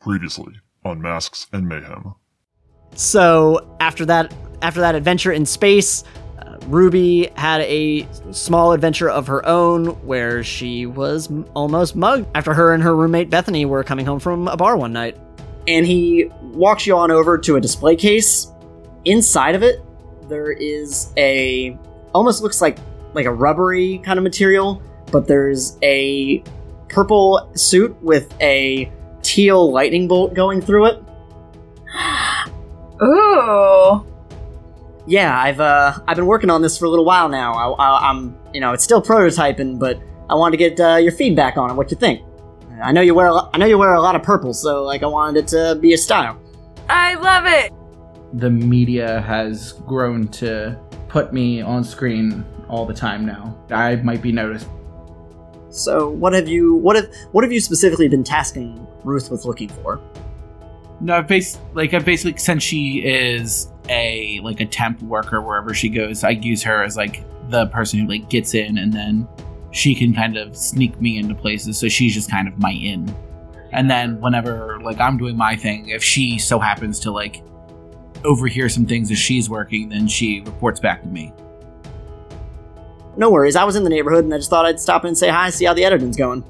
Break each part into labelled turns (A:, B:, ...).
A: Previously on Masks and Mayhem.
B: So after that, after that adventure in space, uh, Ruby had a small adventure of her own where she was m- almost mugged after her and her roommate Bethany were coming home from a bar one night.
C: and he walks you on over to a display case. Inside of it, there is a almost looks like like a rubbery kind of material, but there's a purple suit with a teal lightning bolt going through it.
D: Ooh.
C: Yeah, I've uh, I've been working on this for a little while now. I, I, I'm you know it's still prototyping, but I wanted to get uh, your feedback on it. What you think? I know you wear a lo- I know you wear a lot of purple, so like I wanted it to be a style.
D: I love it.
E: The media has grown to put me on screen all the time now. I might be noticed.
C: So what have you what have what have you specifically been tasking Ruth with looking for?
F: No, I've bas- like I've basically since she is a like a temp worker wherever she goes, I use her as like the person who like gets in and then she can kind of sneak me into places. So she's just kind of my in. And then whenever like I'm doing my thing, if she so happens to like overhear some things as she's working, then she reports back to me.
C: No worries, I was in the neighborhood and I just thought I'd stop in and say hi, see how the editing's going.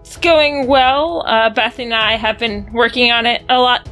G: It's going well. Uh, Beth and I have been working on it a lot.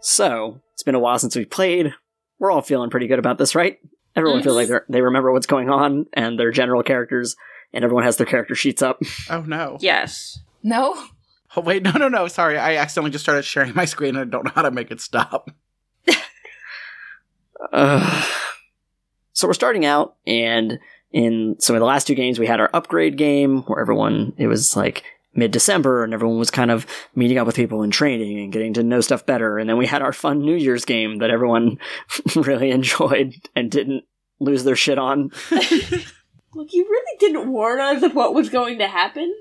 C: So, it's been a while since we played. We're all feeling pretty good about this, right? Everyone feels like
G: Yes.
C: they're, they remember what's going on and their general characters, and everyone has their character sheets up.
E: Oh no.
G: Yes.
D: No.
E: Oh, wait, no, no, no. Sorry. I accidentally just started sharing my screen and I don't know how to make it stop.
C: Ugh. so we're starting out, and in some of the last two games, we had our upgrade game where everyone, it was like mid December, and everyone was kind of meeting up with people and training and getting to know stuff better. And then we had our fun New Year's game that everyone really enjoyed and didn't lose their shit on.
H: Look, you really didn't warn us of what was going to happen.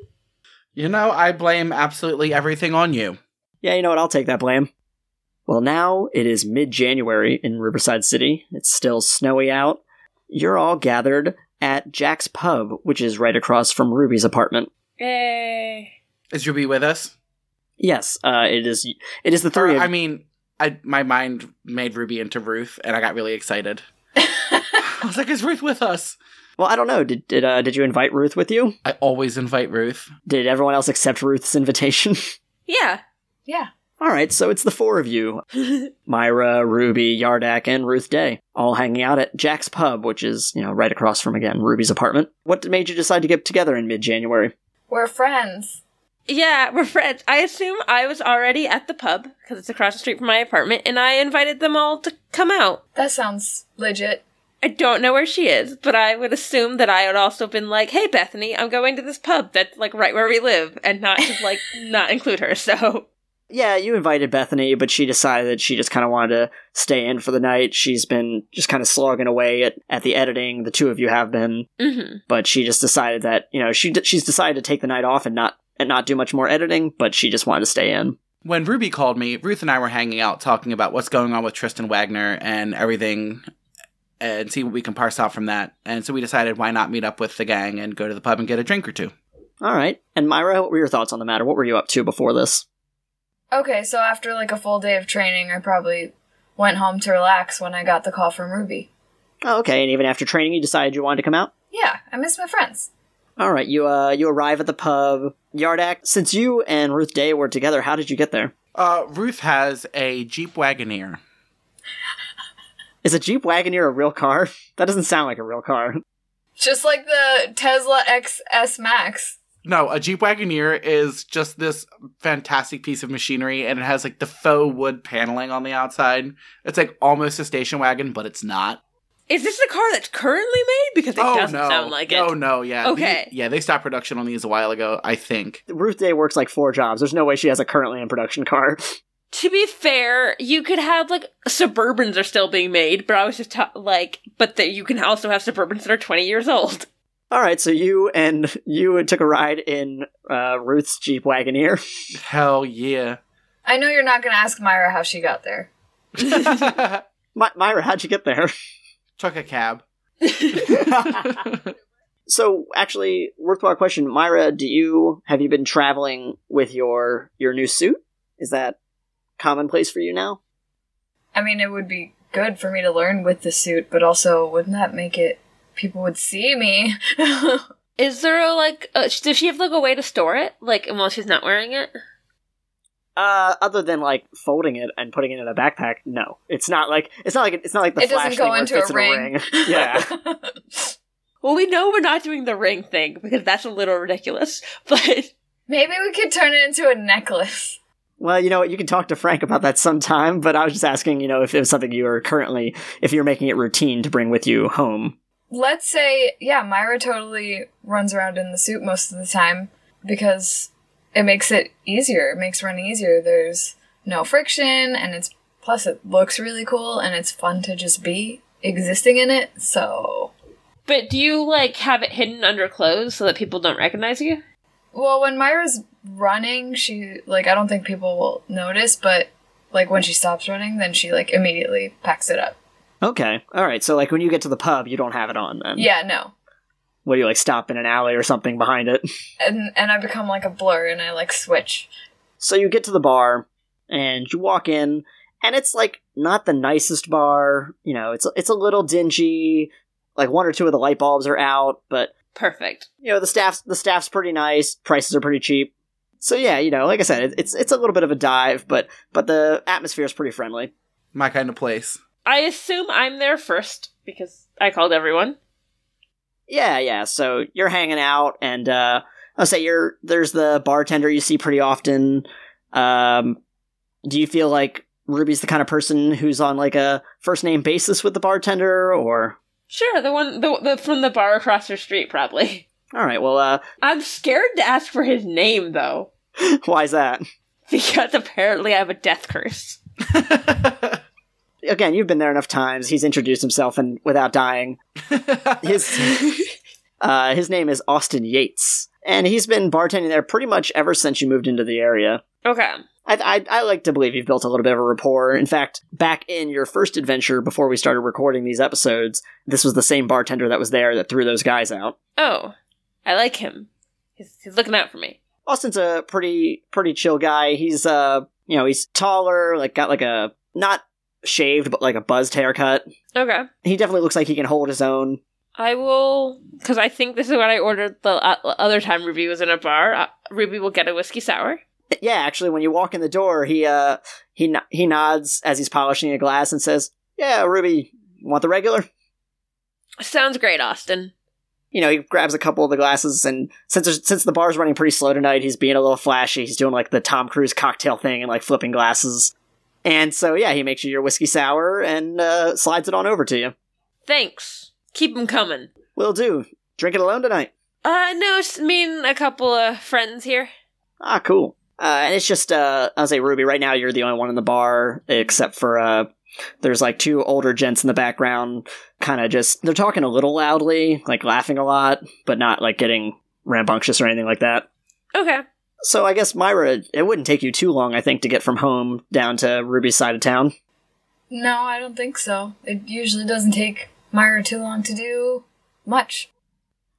E: You know, I blame absolutely everything on you.
C: Yeah, you know what? I'll take that blame. Well, now it is mid January in Riverside City. It's still snowy out. You're all gathered at Jack's Pub, which is right across from Ruby's apartment.
G: Yay.
E: Is Ruby with us?
C: Yes, uh, it is. It is the
F: Uh,
C: three.
E: Or,
C: of,
E: I mean, I my mind made Ruby into Ruth, and I got really excited. I was like, "Is Ruth with us?"
C: well, I don't know. Did did uh, did you invite Ruth with you?
E: I always invite Ruth.
C: Did everyone else accept Ruth's invitation?
G: Yeah.
D: Yeah.
C: all right, so it's the four of you: Myra, Ruby, Yardak, and Ruth Day, all hanging out at Jack's Pub, which is you know right across from again Ruby's apartment. What made you decide to get together in mid-January?
D: We're friends.
G: Yeah, we're friends. I assume I was already at the pub because it's across the street from my apartment, and I invited them all to come out.
D: That sounds legit.
G: I don't know where she is, but I would assume that I had also been like, "Hey, Bethany, I'm going to this pub that's like right where we live," and not just like not include her. So
C: Yeah, you invited Bethany, but she decided that she just kind of wanted to stay in for the night. She's been just kind of slogging away at, at the editing. The two of you have been.
G: hmm
C: but she just decided that you know she d- she's decided to take the night off and not and not do much more editing, but she just wanted to stay in.
E: When Ruby called me, Ruth and I were hanging out talking about what's going on with Tristan Wagner and everything, and see what we can parse out from that. And so we decided, why not meet up with the gang and go to the pub and get a drink or two?
C: All right, and Myra, what were your thoughts on the matter? What were you up to before this?
D: Okay, so after like a full day of training, I probably went home to relax when I got the call from Ruby.
C: Oh, okay, and even after training, you decided you wanted to come out.
D: Yeah, I miss my friends.
C: All right, you uh you arrive at the pub, Yardak. Since you and Ruth Day were together, how did you get there?
E: Uh, Ruth has a Jeep Wagoneer.
C: Is a Jeep Wagoneer a real car? That doesn't sound like a real car.
D: Just like the Tesla XS Max.
E: No, a Jeep Wagoneer is just this fantastic piece of machinery, and it has like the faux wood paneling on the outside. It's like almost a station wagon, but it's not.
G: Is this the car that's currently made? Because it doesn't sound like
E: Oh
G: it.
E: no, yeah.
G: Okay.
E: The- yeah, they stopped production on these a while ago, I think.
C: Ruth Day works like four jobs. There's no way she has a currently in production car.
G: To be fair, you could have like Suburbans are still being made, but I was just ta- like, but that you can also have Suburbans that are twenty years old.
C: All right, so you and you took a ride in uh, Ruth's Jeep Wagoneer.
E: Hell yeah.
D: I know you're not going to ask Myra how she got there.
E: Took
C: My- Myra, how'd you get there?
E: a cab.
C: So, actually, worthwhile question, Myra. Do you have you been traveling with your your new suit? Is that commonplace for you now?
D: I mean, it would be good for me to learn with the suit, but also, wouldn't that make it. People would see me.
G: Is there a, like, uh, sh- does she have like a way to store it? Like, while she's not wearing it?
C: Uh, other than like folding it and putting it in a backpack, no. It's not like it's not like it's not like the
D: it
C: flash
D: doesn't go
C: thing where it
D: into a
C: fits in
D: ring.
C: ring. yeah.
G: Well, we know we're not doing the ring thing because that's a little ridiculous. But
D: Maybe we could turn it into a necklace.
C: Well, you know what? You can talk to Frank about that sometime, but I was just asking, you know, if it was something you were currently, if you're making it routine to bring with you home.
D: Let's say, yeah, Myra totally runs around in the suit most of the time because it makes it easier. It makes running easier. There's no friction, and it's plus it looks really cool, and it's fun to just be existing in it. So,
G: but do you like have it hidden under clothes so that people don't recognize you?
D: well, when Myra's running, she like I don't think people will notice, but like when she stops running, then she like immediately packs it up.
C: Okay. All right. So, like, when you get to the pub, you don't have it on then.
D: Yeah, no.
C: What do you, like, stop in an alley or something behind it?
D: And and I become like a blur and I like switch.
C: So you get to the bar and you walk in and it's like not the nicest bar, you know, it's it's a little dingy. Like one or two of the light bulbs are out, but
G: Perfect.
C: you know, the staff's the staff's pretty nice, prices are pretty cheap. So yeah, you know, like I said, it, it's it's a little bit of a dive, but but the atmosphere is pretty friendly.
E: My kind of place.
G: I assume I'm there first because I called everyone.
C: Yeah, yeah. So you're hanging out, and uh, I'll say you're there's the bartender you see pretty often. Um, do you feel like Ruby's the kind of person who's on like a first name basis with the bartender, or
G: Sure, the one the, the from the bar across the street probably.
C: all right? Well, uh,
G: I'm scared to ask for his name though
C: why is that?
G: because apparently I have a death curse.
C: Again, you've been there enough times. He's introduced himself, and without dying, his uh, his name is Austin Yates, and he's been bartending there pretty much ever since you moved into the area.
G: Okay.
C: I, I, I like to believe you've built a little bit of a rapport. In fact, back in your first adventure before we started recording these episodes, this was the same bartender that was there that threw those guys out.
G: Oh, I like him. He's, he's looking out for me.
C: Austin's a pretty pretty chill guy. He's uh you know he's taller, like got like a not shaved but like a buzzed haircut.
G: Okay.
C: He definitely looks like he can hold his own.
G: I will, because I think this is what I ordered the uh, other time Ruby was in a bar. Uh, Ruby will get a whiskey sour.
C: Yeah, actually, when you walk in the door, he uh he no- he nods as he's polishing a glass and says, "Yeah, Ruby, want the regular?"
G: Sounds great, Austin.
C: you know, he grabs a couple of the glasses, and since there's, since the bar's running pretty slow tonight, he's being a little flashy. He's doing like the Tom Cruise cocktail thing and like flipping glasses. And so, yeah, he makes you your whiskey sour and uh, slides it on over to you.
G: Thanks. Keep them coming.
C: Will do. Drink it alone tonight.
G: Uh, no, it's me and a couple of friends here.
C: Ah, cool. Uh, and it's just, uh, I'll say, Ruby, right now you're the only one in the bar, except for, uh, there's like two older gents in the background, kind of just, they're talking a little loudly, like laughing a lot, but not like getting rambunctious or anything like that.
G: Okay.
C: So I guess Myra, it wouldn't take you too long, I think, to get from home down to Ruby's side of town.
D: No, I don't think so. It usually doesn't take Myra too long to do much.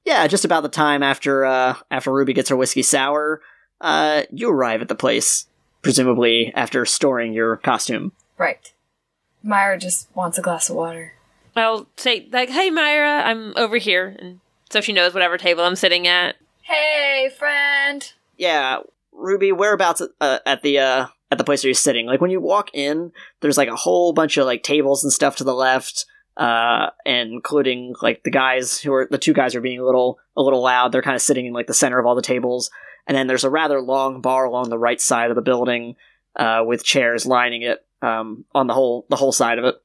C: Yeah, just about the time after uh, after Ruby gets her whiskey sour, uh, you arrive at the place, presumably after storing your costume.
D: Right. Myra just wants a glass of water.
G: I'll say, like, hey, Myra, I'm over here. And so she knows whatever table I'm sitting at.
D: Hey, friend!
C: Yeah, Ruby, whereabouts uh, at the uh, at the place where you're sitting? Like when you walk in, there's like a whole bunch of like tables and stuff to the left. uh, and including like the guys who are the two guys who are being a little a little loud. They're kind of sitting in like the center of all the tables, and then there's a rather long bar along the right side of the building uh, with chairs lining it um, on the whole the whole side of it.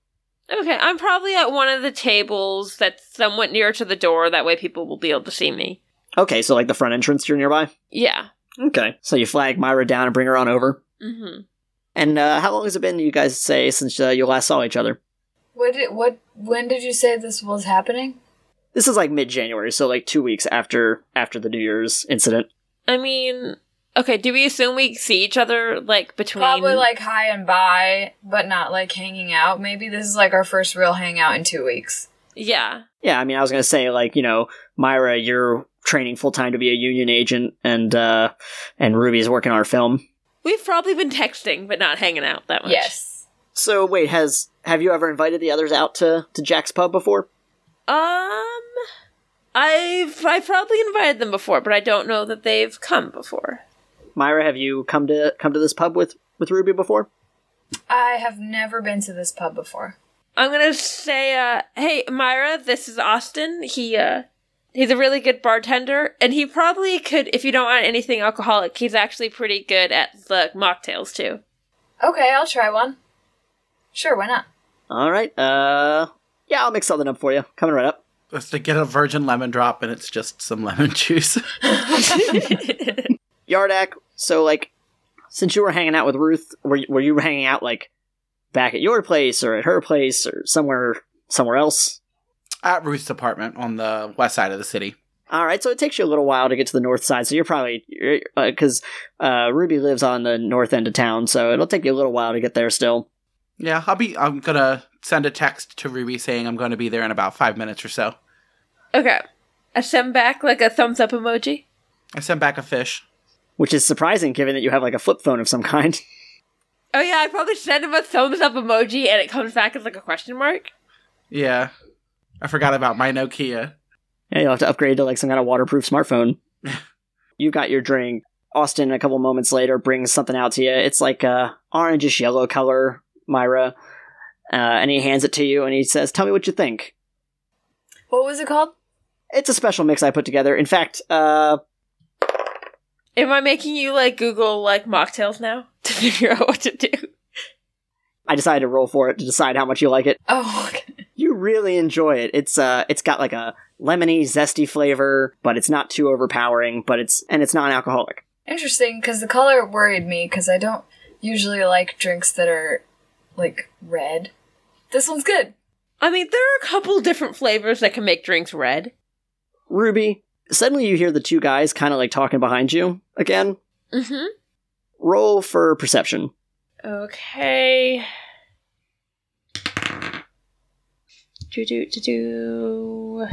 G: Okay, I'm probably at one of the tables that's somewhat near to the door. That way, people will be able to see me.
C: Okay, so like the front entrance, you're nearby.
G: Yeah.
C: Okay, so you flag Myra down and bring her on over.
D: Mm-hmm.
G: hmm
C: And uh, how long has it been, you guys say, since uh, you last saw each other?
D: What did what when did you say this was happening?
C: This is like mid-January, so like two weeks after after the New Year's incident.
G: I mean, okay. Do we assume we see each other like between?
D: Probably like high and by, but not like hanging out. Maybe this is like our first real hangout in two weeks.
G: Yeah.
C: Yeah, I mean, I was gonna say like you know, Myra, you're training full time to be a union agent, and uh, and Ruby's working on our film.
G: We've probably been texting, but not hanging out that much.
D: Yes.
C: So wait, has have you ever invited the others out to to Jack's pub before?
G: Um, I've I probably invited them before, but I don't know that they've come before.
C: Myra, have you come to come to this pub with with Ruby before?
D: I have never been to this pub before.
G: I'm gonna say, uh, hey Myra, this is Austin. He uh, he's a really good bartender, and he probably could, if you don't want anything alcoholic, he's actually pretty good at the mocktails too.
D: Okay, I'll try one. Sure, why not?
C: All right, uh, yeah, I'll mix something up for you. Coming right up.
E: It's to get a virgin lemon drop, and it's just some lemon juice.
C: Yardak, so like, since you were hanging out with Ruth, were you, were you hanging out like back at your place or at her place or somewhere somewhere else?
E: at Ruth's apartment on the west side of the city.
C: All right, so it takes you a little while to get to the north side. So you're probably because uh, Ruby lives on the north end of town, so it'll take you a little while to get there still.
E: Yeah, I'll be. I'm gonna send a text to Ruby saying I'm going to be there in about five minutes or so.
G: okay, I send back like a thumbs up emoji.
E: I sent back a fish.
C: Which is surprising, given that you have like a flip phone of some kind.
G: Oh yeah, I probably send him a thumbs up emoji, and it comes back as like a question mark.
E: Yeah, I forgot about my Nokia.
C: Yeah, you'll have to upgrade to like some kind of waterproof smartphone. You've got your drink. Austin, a couple moments later, brings something out to you. It's like a orangish yellow color, Myra, uh, and he hands it to you and he says, "Tell me what you think."
D: What was it called?
C: It's a special mix I put together. In fact, uh,
G: Am I making you like Google like mocktails now to figure out what to do?
C: I decided to roll for it to decide how much you like it.
D: Oh, okay.
C: You really enjoy it. It's uh it's got like a lemony, zesty flavor, but it's not too overpowering, but it's and it's non-alcoholic.
D: interesting. Because the color worried me. Because I don't usually like drinks that are like red. This one's good.
G: I mean, there are a couple different flavors that can make drinks red.
C: Ruby, suddenly you hear the two guys kind of like talking behind you again.
G: Mm-hmm.
C: Roll for perception.
G: Okay. Do do do do.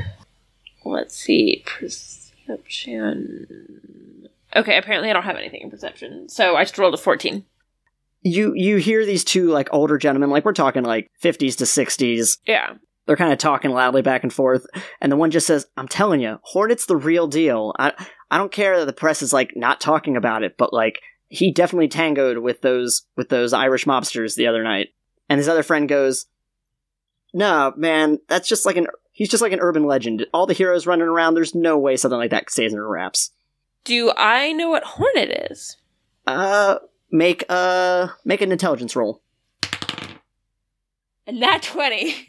G: Let's see. Perception. Okay, apparently I don't have anything in perception, so I just rolled a fourteen.
C: You you hear these two like older gentlemen, like we're talking like 50s to 60s.
G: Yeah.
C: They're kind of talking loudly back and forth, and the one just says, "I'm telling you, Hornet's the real deal. I I don't care that the press is like not talking about it, but like he definitely tangoed with those with those Irish mobsters the other night." And his other friend goes, "No, man, that's just like an he's just like an urban legend. All the heroes running around. There's no way something like that stays under wraps."
G: Do I know what hornet is?
C: Uh, make uh make an intelligence roll.
G: And that twenty.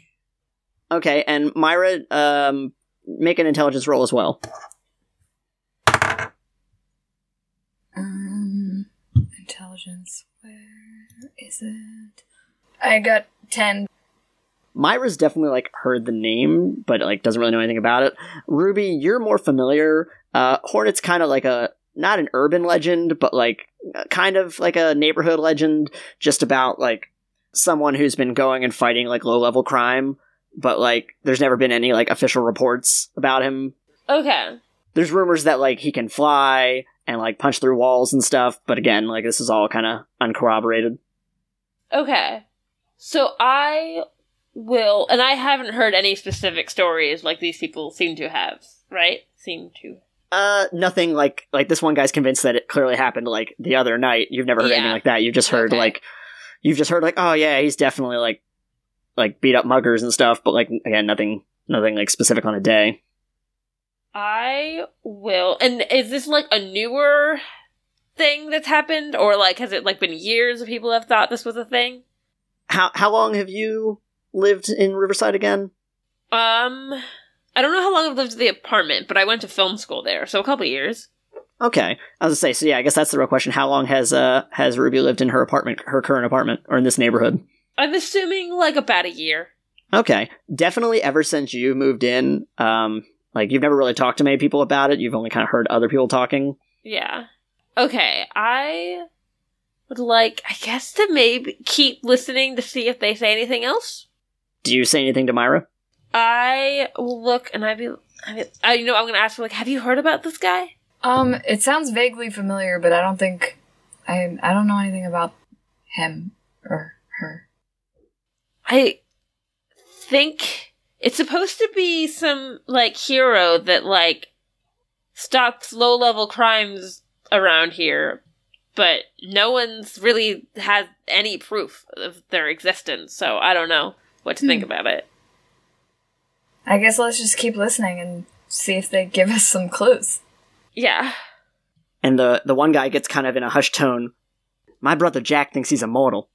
C: Okay, and Myra, um, make an intelligence roll as well.
D: Um, intelligence. Where is it? I got ten.
C: Myra's definitely like heard the name, but like doesn't really know anything about it. Ruby, you're more familiar. Uh, Hornet's kind of like a not an urban legend, but like kind of like a neighborhood legend, just about like someone who's been going and fighting like low level crime, but like there's never been any like official reports about him.
G: Okay.
C: There's rumors that like he can fly and like punch through walls and stuff, but again, like this is all kind of uncorroborated.
G: Okay. So I will, and I haven't heard any specific stories like these people seem to have, right? Seem to.
C: Uh, nothing like like this one guy's convinced that it clearly happened like the other night. You've never heard
G: Yeah.
C: anything like that. You've just heard
G: Okay.
C: like you've just heard like oh yeah, he's definitely like like beat up muggers and stuff, but like again, nothing nothing like specific on a day.
G: I will. And is this like a newer thing that's happened, or like has it like been years of people have thought this was a thing?
C: How how long have you lived in Riverside again?
G: Um, I don't know how long I've lived at the apartment, but I went to film school there, so a couple years.
C: Okay, I was gonna say. So yeah, I guess that's the real question. How long has uh has Ruby lived in her apartment, her current apartment, or in this neighborhood?
G: I'm assuming like about a year.
C: Okay, definitely ever since you moved in. Um, like you've never really talked to many people about it. You've only kind of heard other people talking.
G: Yeah. Okay, I would like, I guess, to maybe keep listening to see if they say anything else.
C: Do you say anything to Myra?
G: I will look and I'd be, I, be, I you know, I'm gonna ask her like, have you heard about this guy?
D: Um, it sounds vaguely familiar, but I don't think I I don't know anything about him or her.
G: I think it's supposed to be some like hero that like stops low level crimes around here, but no one's really had any proof of their existence, so I don't know what to think about it.
D: I guess let's just keep listening and see if they give us some clues.
G: Yeah.
C: And the the one guy gets kind of in a hushed tone. My brother Jack thinks he's immortal,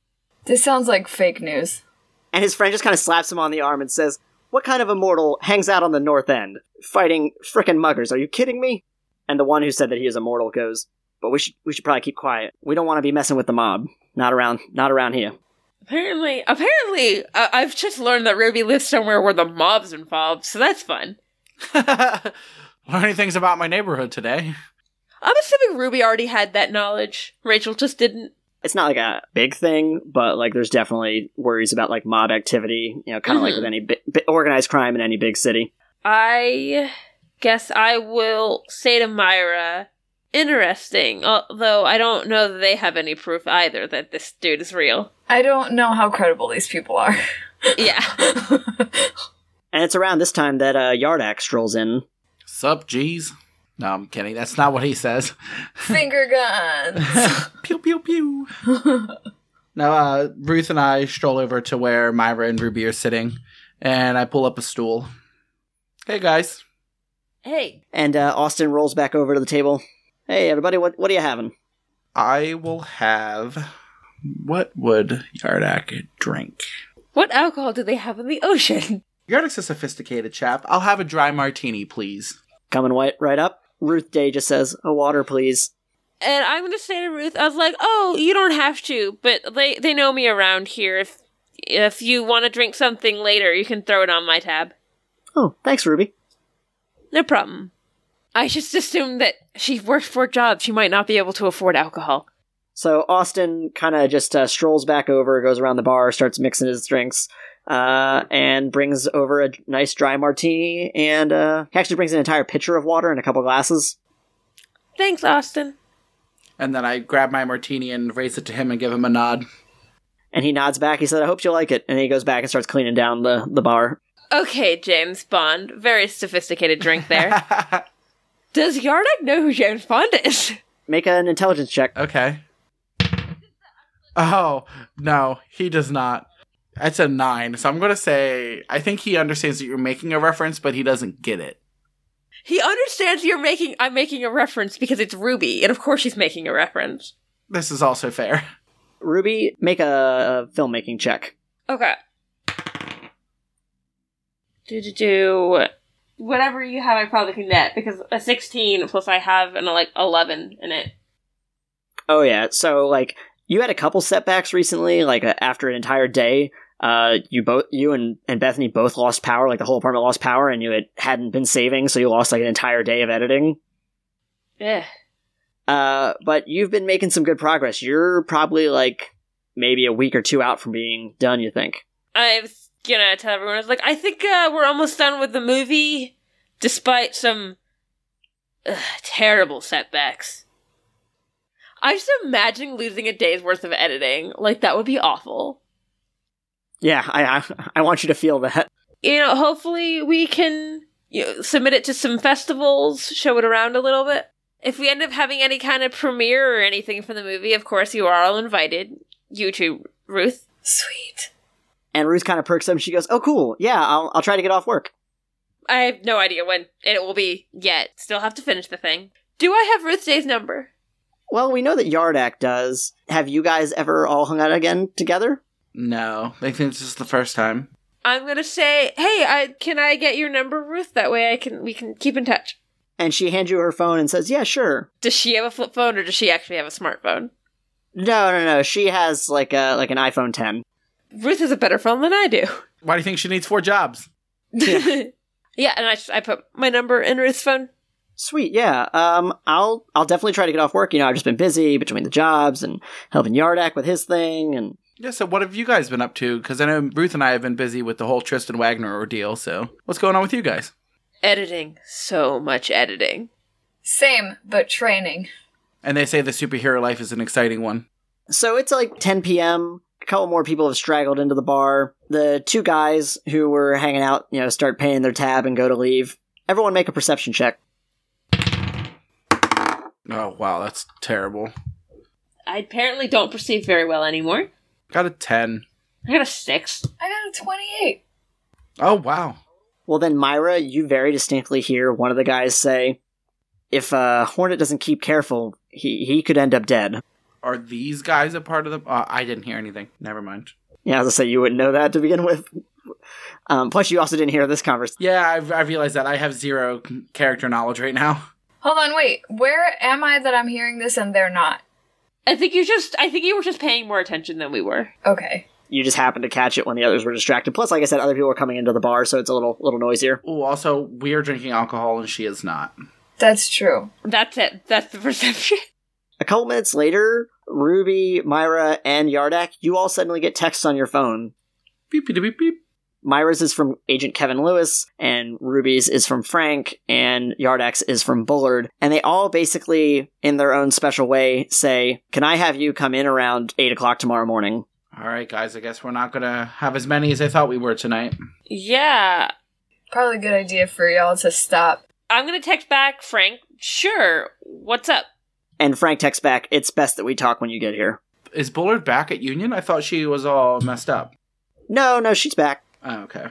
D: This sounds like fake news.
C: and his friend just kind of slaps him on the arm and says, "What kind of immortal hangs out on the North End fighting frickin' muggers? Are you kidding me?" And the one who said that he is immortal goes, "But we should we should probably keep quiet. We don't want to be messing with the mob. Not around not around here."
G: Apparently, apparently, uh, I've just learned that Ruby lives somewhere where the mob's involved, so that's fun.
E: Learning things about my neighborhood today.
G: I'm assuming Ruby already had that knowledge. Rachel just didn't.
C: It's not like a big thing, but like there's definitely worries about like mob activity. You know, kind of like
G: Mhm.
C: with any bi- bi- organized crime in any big city.
G: I guess I will say to Myra, interesting, although I don't know that they have any proof either that this dude is real.
D: I don't know how credible these people are.
G: Yeah.
C: And it's around this time that uh, Yardak strolls in
E: Sup, G's? No, I'm kidding. That's not what he says.
D: Finger guns.
E: pew pew pew. now, uh, Ruth and I stroll over to where Myra and Ruby are sitting, and I pull up a stool. Hey guys,
G: hey,
C: And uh, Austin rolls back over to the table. Hey, everybody, what what are you having?
E: I will have. What would Yardak drink?
G: what alcohol do they have in the ocean?
E: Yardak's a sophisticated chap. I'll have a dry martini, please.
C: Coming white right up. Ruth Day just says, "A water, please."
G: And I'm gonna say to Ruth, I was like, "Oh, you don't have to, but they they know me around here. If if you want to drink something later, you can throw it on my tab.
C: Oh, thanks, Ruby.
G: No problem." I just assumed that she worked for a job; she might not be able to afford alcohol.
C: So Austin kind of just uh, strolls back over, goes around the bar, starts mixing his drinks, uh, and brings over a nice dry martini, and uh, he actually brings an entire pitcher of water and a couple glasses.
G: Thanks, Austin.
E: And then I grab my martini and raise it to him and give him a nod.
C: And he nods back. He said, "I hope you like it." And he goes back and starts cleaning down the the bar.
G: Okay, James Bond. Very sophisticated drink there. Does Yardak know who James Bond is?
C: Make an intelligence check. Uh,
E: okay. Oh, no, he does not. That's a nine. So I'm going to say, I think he understands that you're making a reference, but he doesn't get it.
G: He understands you're making. I'm making a reference because it's Ruby, and of course she's making a reference.
E: This is also fair.
C: Ruby, make a filmmaking check.
G: Okay. Do do do. Whatever you have, I probably can net because a sixteen plus I have an like eleven in it.
C: Oh yeah. So like you had a couple setbacks recently, like uh, after an entire day. Uh, you both, you and, and Bethany both lost power. Like the whole apartment lost power, and you had, hadn't been saving, so you lost like an entire day of editing.
G: Yeah.
C: Uh, but you've been making some good progress. You're probably like maybe a week or two out from being done. You think?
G: I was gonna tell everyone. I was like, I think uh, we're almost done with the movie, despite some ugh, terrible setbacks. I just imagine losing a day's worth of editing. Like that would be awful.
C: Yeah, I I, I want you to feel that.
G: You know, hopefully we can you know, submit it to some festivals, show it around a little bit. If we end up having any kind of premiere or anything for the movie, of course you are all invited. You too, Ruth.
D: Sweet.
C: And Ruth kind of perks up and she goes, Oh, cool. Yeah, I'll, I'll try to get off work.
G: I have no idea when it will be yet. Still have to finish the thing. Do I have Ruth Day's number?
C: Well, we know that Yardak does. Have you guys ever all hung out again together?
E: No, I think this is the first time.
G: I'm gonna say, hey, I can I get your number, Ruth? That way I can we can keep in touch.
C: And she hands you her phone and says, Yeah, sure.
G: Does she have a flip phone or does she actually have a smartphone?
C: No, no, no. She has like a like an iPhone 10.
G: Ruth has a better phone than I do.
E: Why do you think she needs four jobs?
G: Yeah, and I I put my number in Ruth's phone.
C: Sweet, yeah. Um, I'll I'll definitely try to get off work. You know, I've just been busy between the jobs and helping Yardak with his thing. And
E: Yeah, so what have you guys been up to? Because I know Ruth and I have been busy with the whole Tristan Wagner ordeal, so what's going on with you guys?
G: Editing, so much editing.
D: Same, but training.
E: And they say the superhero life is an exciting one.
C: so it's like 10 p.m. A couple more people have straggled into the bar. The two guys who were hanging out, you know, start paying their tab and go to leave. Everyone make a perception check.
E: Oh, wow, that's terrible.
H: I apparently don't perceive very well anymore.
E: Got a 10.
H: I got a six.
D: I got a 28.
E: Oh, wow.
C: Well, then, Myra, you very distinctly hear one of the guys say, "If uh, Hornet doesn't keep careful, he he could end up dead."
E: Are these guys a part of the. Uh, I didn't hear anything. Never mind.
C: Yeah, as I say, you wouldn't know that to begin with. Um, plus, you also didn't hear this conversation.
E: Yeah, I've, I realized that I have zero character knowledge right now.
D: Hold on, wait. Where am I that I'm hearing this and they're not?
G: I think you just I think you were just paying more attention than we were.
D: Okay.
C: You just happened to catch it when the others were distracted. Plus, like I said, other people were coming into the bar, so it's a little little noisier.
E: Oh, also, we are drinking alcohol and she is not.
D: That's true.
G: That's it. That's the perception.
C: A couple minutes later, Ruby, Myra, and Yardak, you all suddenly get texts on your phone.
E: Beep, beep, beep, beep.
C: Myra's is from Agent Kevin Lewis, and Ruby's is from Frank, and Yardak's is from Bullard. And they all basically, in their own special way, say, Can I have you come in around 8 o'clock tomorrow morning?
E: All right, guys, I guess we're not going to have as many as I thought we were tonight.
G: Yeah.
D: Probably a good idea for y'all to stop.
G: I'm gonna text back Frank. Sure. What's up?
C: And Frank texts back, It's best that we talk when you get here.
E: Is Bullard back at Union? I thought she was all messed up.
C: No, no, she's back.
E: Oh, okay.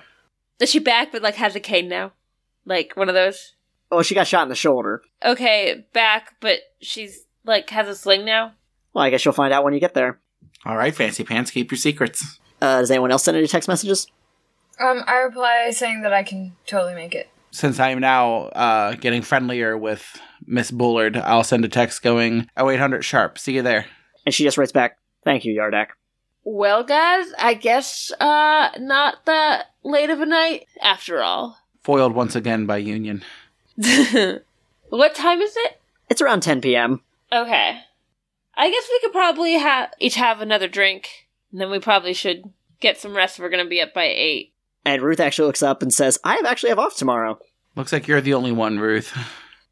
G: Is she back but like has a cane now? Like one of those?
C: Oh, she got shot in the shoulder.
G: Okay, back, but she's like has a sling now?
C: Well, I guess you'll find out when you get there.
E: All right, Fancy Pants, keep your secrets.
C: Uh, does anyone else send any text messages?
D: Um, I reply saying that I can totally make it.
E: Since I'm now uh, getting friendlier with Miss Bullard, I'll send a text going, oh, 0800 sharp. See you there.
C: And she just writes back, Thank you, Yardak.
G: Well guys, I guess uh not that late of a night after all.
E: Foiled once again by Union.
G: what time is it?
C: It's around 10 p.m.
G: Okay. I guess we could probably have each have another drink, and then we probably should get some rest. We're gonna be up by eight.
C: And Ruth actually looks up and says, I actually have off tomorrow.
E: Looks like you're the only one, Ruth.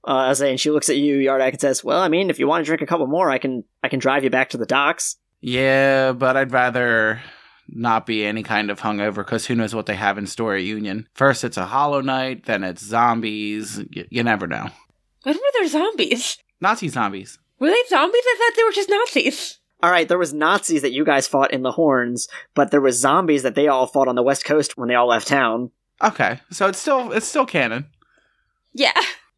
C: Uh, as I- and she looks at you, Yardak, and says, "Well, I mean, if you want to drink a couple more, I can, I can drive you back to the docks."
E: Yeah, but I'd rather not be any kind of hungover because who knows what they have in store at Union. First, it's a Hollow Knight, then it's zombies. Y- you never know.
G: When were there zombies?
E: Nazi zombies.
G: Were they zombies? I thought they were just Nazis.
C: All right, there was Nazis that you guys fought in the Horns, but there was zombies that they all fought on the West Coast when they all left town.
E: Okay, so it's still it's still canon.
G: Yeah,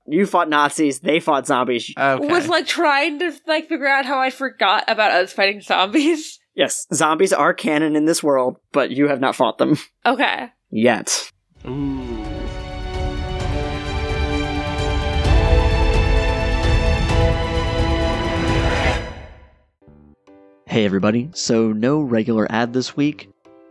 C: You fought Nazis, they fought zombies.
E: Okay.
G: was like trying to like figure out how I forgot about us fighting zombies.
C: Yes, zombies are canon in this world, but you have not fought them
G: Okay.
C: yet.
E: Ooh.
C: Hey everybody, so no regular ad this week.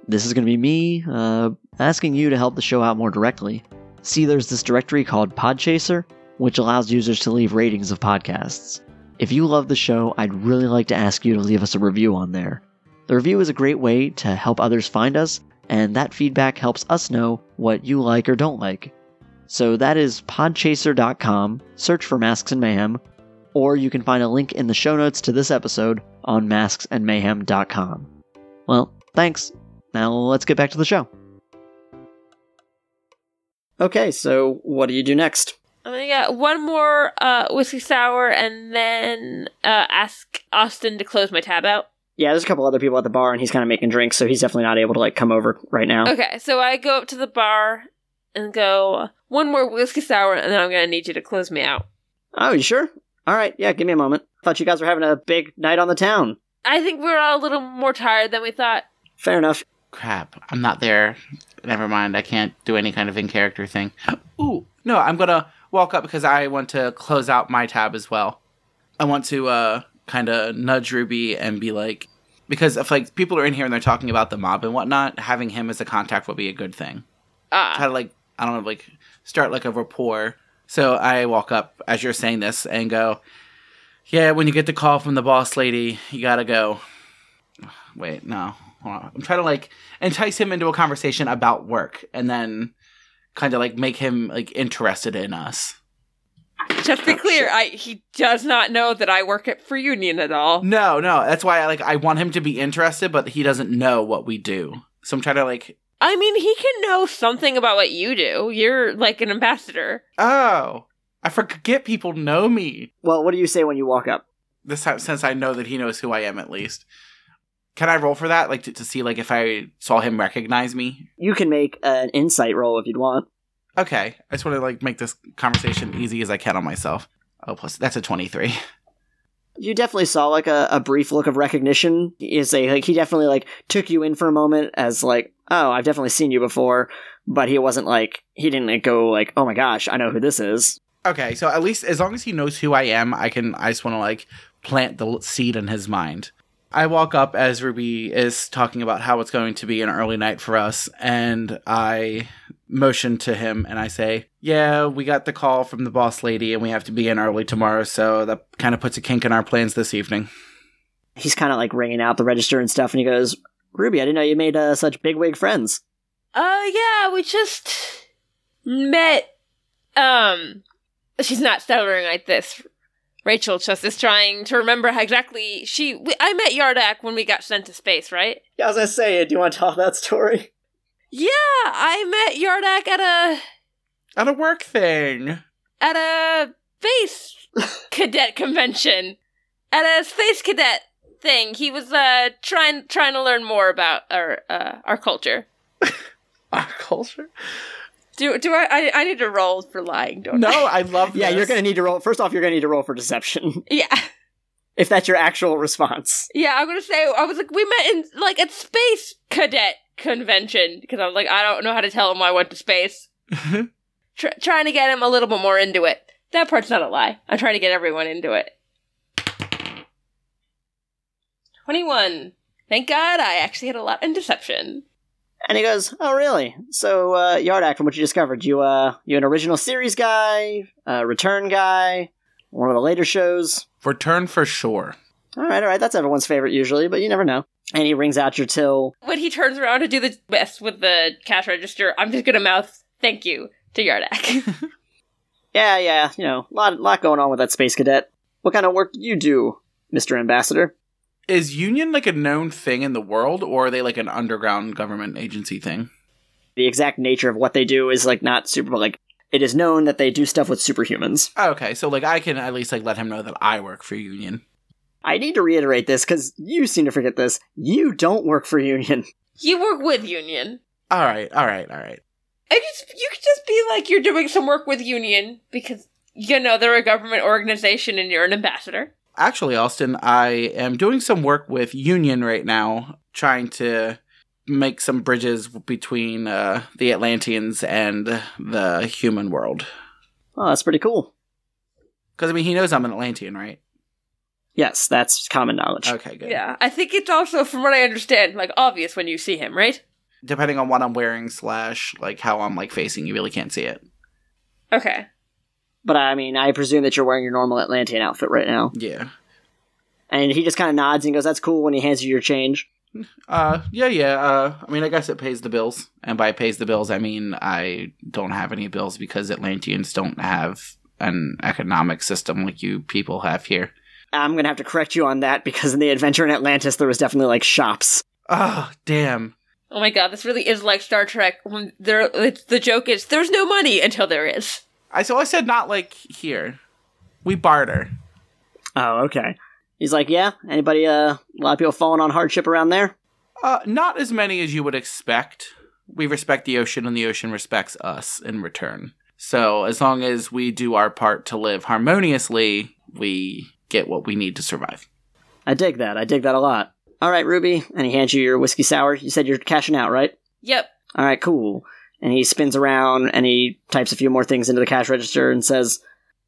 C: This is going to be me uh, asking you to help the show out more directly. See, there's this directory called Podchaser, which allows users to leave ratings of podcasts. If you love the show, I'd really like to ask you to leave us a review on there. The review is a great way to help others find us, and that feedback helps us know what you like or don't like. So that is podchaser.com, search for Masks and Mayhem, or you can find a link in the show notes to this episode on masksandmayhem.com. Well, thanks. Now let's get back to the show. Okay, so what do you do next?
G: I'm gonna get one more uh, whiskey sour and then uh, ask Austin to close my tab out.
C: Yeah, there's a couple other people at the bar, and he's kind of making drinks, so he's definitely not able to like come over right now.
G: Okay, so I go up to the bar and go one more whiskey sour, and then I'm gonna need you to close me out.
C: Oh, you sure? All right, yeah. Give me a moment. Thought you guys were having a big night on the town.
G: I think we're all a little more tired than we thought.
C: Fair enough.
E: Crap, I'm not there. Never mind, I can't do any kind of in character thing. Ooh, no, I'm gonna walk up because I want to close out my tab as well. I want to uh, kind of nudge Ruby and be like, because if like people are in here and they're talking about the mob and whatnot, having him as a contact would be a good thing. Try
G: Ah,
E: to like, I don't know, like start like a rapport. So I walk up as you're saying this and go, yeah, when you get the call from the boss lady, you gotta go. Wait, no. Hold on. I'm trying to like entice him into a conversation about work and then kind of like make him like interested in us.
G: just to be clear, I he does not know that I work at Free Union at all.
E: No, no. That's why I like I want him to be interested, but he doesn't know what we do. So I'm trying to like
G: I mean, he can know something about what you do. You're like an ambassador.
E: oh I forget people know me.
C: Well, what do you say when you walk up?
E: This time since I know that he knows who I am at least. Can I roll for that? Like to, to see like if I saw him recognize me?
C: You can make an insight roll if you'd want.
E: Okay. I just want to like make this conversation easy as I can on myself. Oh plus that's a twenty three.
C: You definitely saw like a, a brief look of recognition. Is a like he definitely like took you in for a moment as like, oh, I've definitely seen you before, but he wasn't like he didn't like, go like, oh my gosh, I know who this is.
E: Okay, so at least as long as he knows who I am, I can. I just want to like plant the l- seed in his mind. I walk up as Ruby is talking about how it's going to be an early night for us, and I motion to him and I say, "Yeah, we got the call from the boss lady, and we have to be in early tomorrow, so that kind of puts a kink in our plans this evening."
C: He's kind of like ringing out the register and stuff, and he goes, Ruby, I didn't know you made uh, such bigwig friends.
G: Uh, yeah, we just met. Um, she's not stuttering like this. Rachel just is trying to remember how exactly she. We, I met Yardak when we got sent to space, right?
C: Yeah, I was gonna say, do you want to tell that story?
G: Yeah, I met Yardak at a
E: At a work thing.
G: at a space cadet convention, at a space cadet thing. He was uh trying trying to learn more about our uh, our culture.
E: Our culture?
G: Do do I, I? I need to roll for lying, don't
E: No,
G: I?
E: I love.
C: Yeah,
E: this.
C: you're gonna need to roll. First off, you're gonna need to roll for deception
G: Yeah.
C: if that's your actual response.
G: Yeah, I'm gonna say I was like we met in like at space cadet convention because I was like I don't know how to tell him I went to space. Tr- trying to get him a little bit more into it. That part's not a lie. I'm trying to get everyone into it. Twenty-one. Thank God I actually had a lot in deception.
C: And he goes, "Oh, really? So, uh, Yardak, from what you discovered, you uh, you an original series guy, uh, return guy, one of the later shows.
E: Return for sure.
C: All right, all right, that's everyone's favorite usually, but you never know." And he rings out your till.
G: When he turns around to do the best with the cash register, I'm just gonna mouth thank you to Yardak.
C: Yeah, yeah, you know, lot lot going on with that space cadet. What kind of work do you do, Mister Ambassador?
E: Is union like a known thing in the world, or are they like an underground government agency thing?
C: The exact nature of what they do is like not super, but like it is known that they do stuff with superhumans.
E: Okay, so like I can at least like let him know that I work for Union.
C: I need to reiterate this because you seem to forget this. You don't work for Union.
G: you work with Union.
E: All right, all right, all right.
G: I just you could just be like you're doing some work with union because you know they're a government organization and you're an ambassador.
E: Actually, Austin, I am doing some work with Union right now, trying to make some bridges between uh, the Atlanteans and the human world.
C: Oh, that's pretty cool.
E: Because I mean, he knows I'm an Atlantean, right?
C: Yes, that's common knowledge.
E: Okay, good.
G: Yeah, I think it's also from what I understand like obvious when you see him, right?
E: Depending on what I'm wearing slash like how I'm like facing, you really can't see it.
G: Okay.
C: But I mean, I presume that you're wearing your normal Atlantean outfit right now.
E: Yeah.
C: And he just kind of nods and goes, "That's cool." When he hands you your change,
E: Uh, yeah, yeah. Uh, I mean, I guess it pays the bills, and by pays the bills, I mean I don't have any bills because Atlanteans don't have an economic system like you people have here.
C: I'm gonna have to correct you on that because in the adventure in Atlantis, there was definitely like shops.
E: Oh, damn.
G: Oh my god, this really is like Star Trek when there it's, the joke is there's no money until there is.
E: I so I said not like here. We barter.
C: Oh, okay. He's like, yeah. Anybody? Uh, a lot of people falling on hardship around there.
E: Uh, not as many as you would expect. We respect the ocean, and the ocean respects us in return. So as long as we do our part to live harmoniously, we get what we need to survive.
C: I dig that. I dig that a lot. All right, Ruby. And he hands you your whiskey sour. You said you're cashing out, right?
G: Yep.
C: All right, cool. And he spins around and he types a few more things into the cash register and says,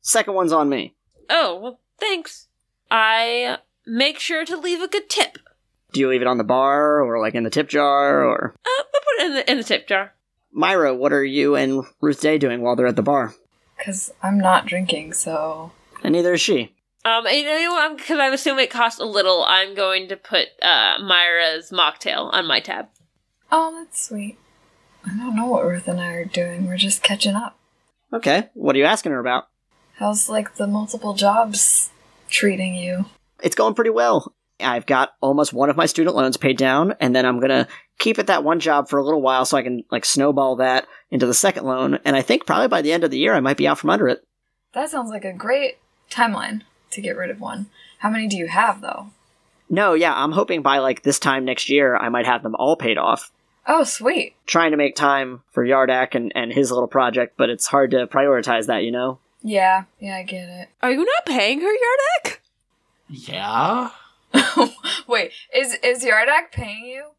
C: Second one's on me.
G: Oh, well, thanks. I make sure to leave a good tip.
C: Do you leave it on the bar or like in the tip jar or.
G: Uh, I put it in the, in the tip jar.
C: Myra, what are you and Ruth Day doing while they're at the bar?
D: Because I'm not drinking, so.
C: And neither is she.
G: Um, and you know, because I'm assuming it costs a little, I'm going to put uh, Myra's mocktail on my tab.
D: Oh, that's sweet. I don't know what Ruth and I are doing. We're just catching up.
C: Okay, what are you asking her about?
D: How's like the multiple jobs treating you?
C: It's going pretty well. I've got almost one of my student loans paid down, and then I'm gonna keep at that one job for a little while so I can like snowball that into the second loan. And I think probably by the end of the year, I might be out from under it.
D: That sounds like a great timeline to get rid of one. How many do you have though?
C: No, yeah, I'm hoping by like this time next year, I might have them all paid off.
D: Oh, sweet.
C: Trying to make time for Yardak and, and his little project, but it's hard to prioritize that, you know?
D: Yeah, yeah, I get it.
G: Are you not paying her, Yardak?
E: Yeah.
D: Wait, is is Yardak paying you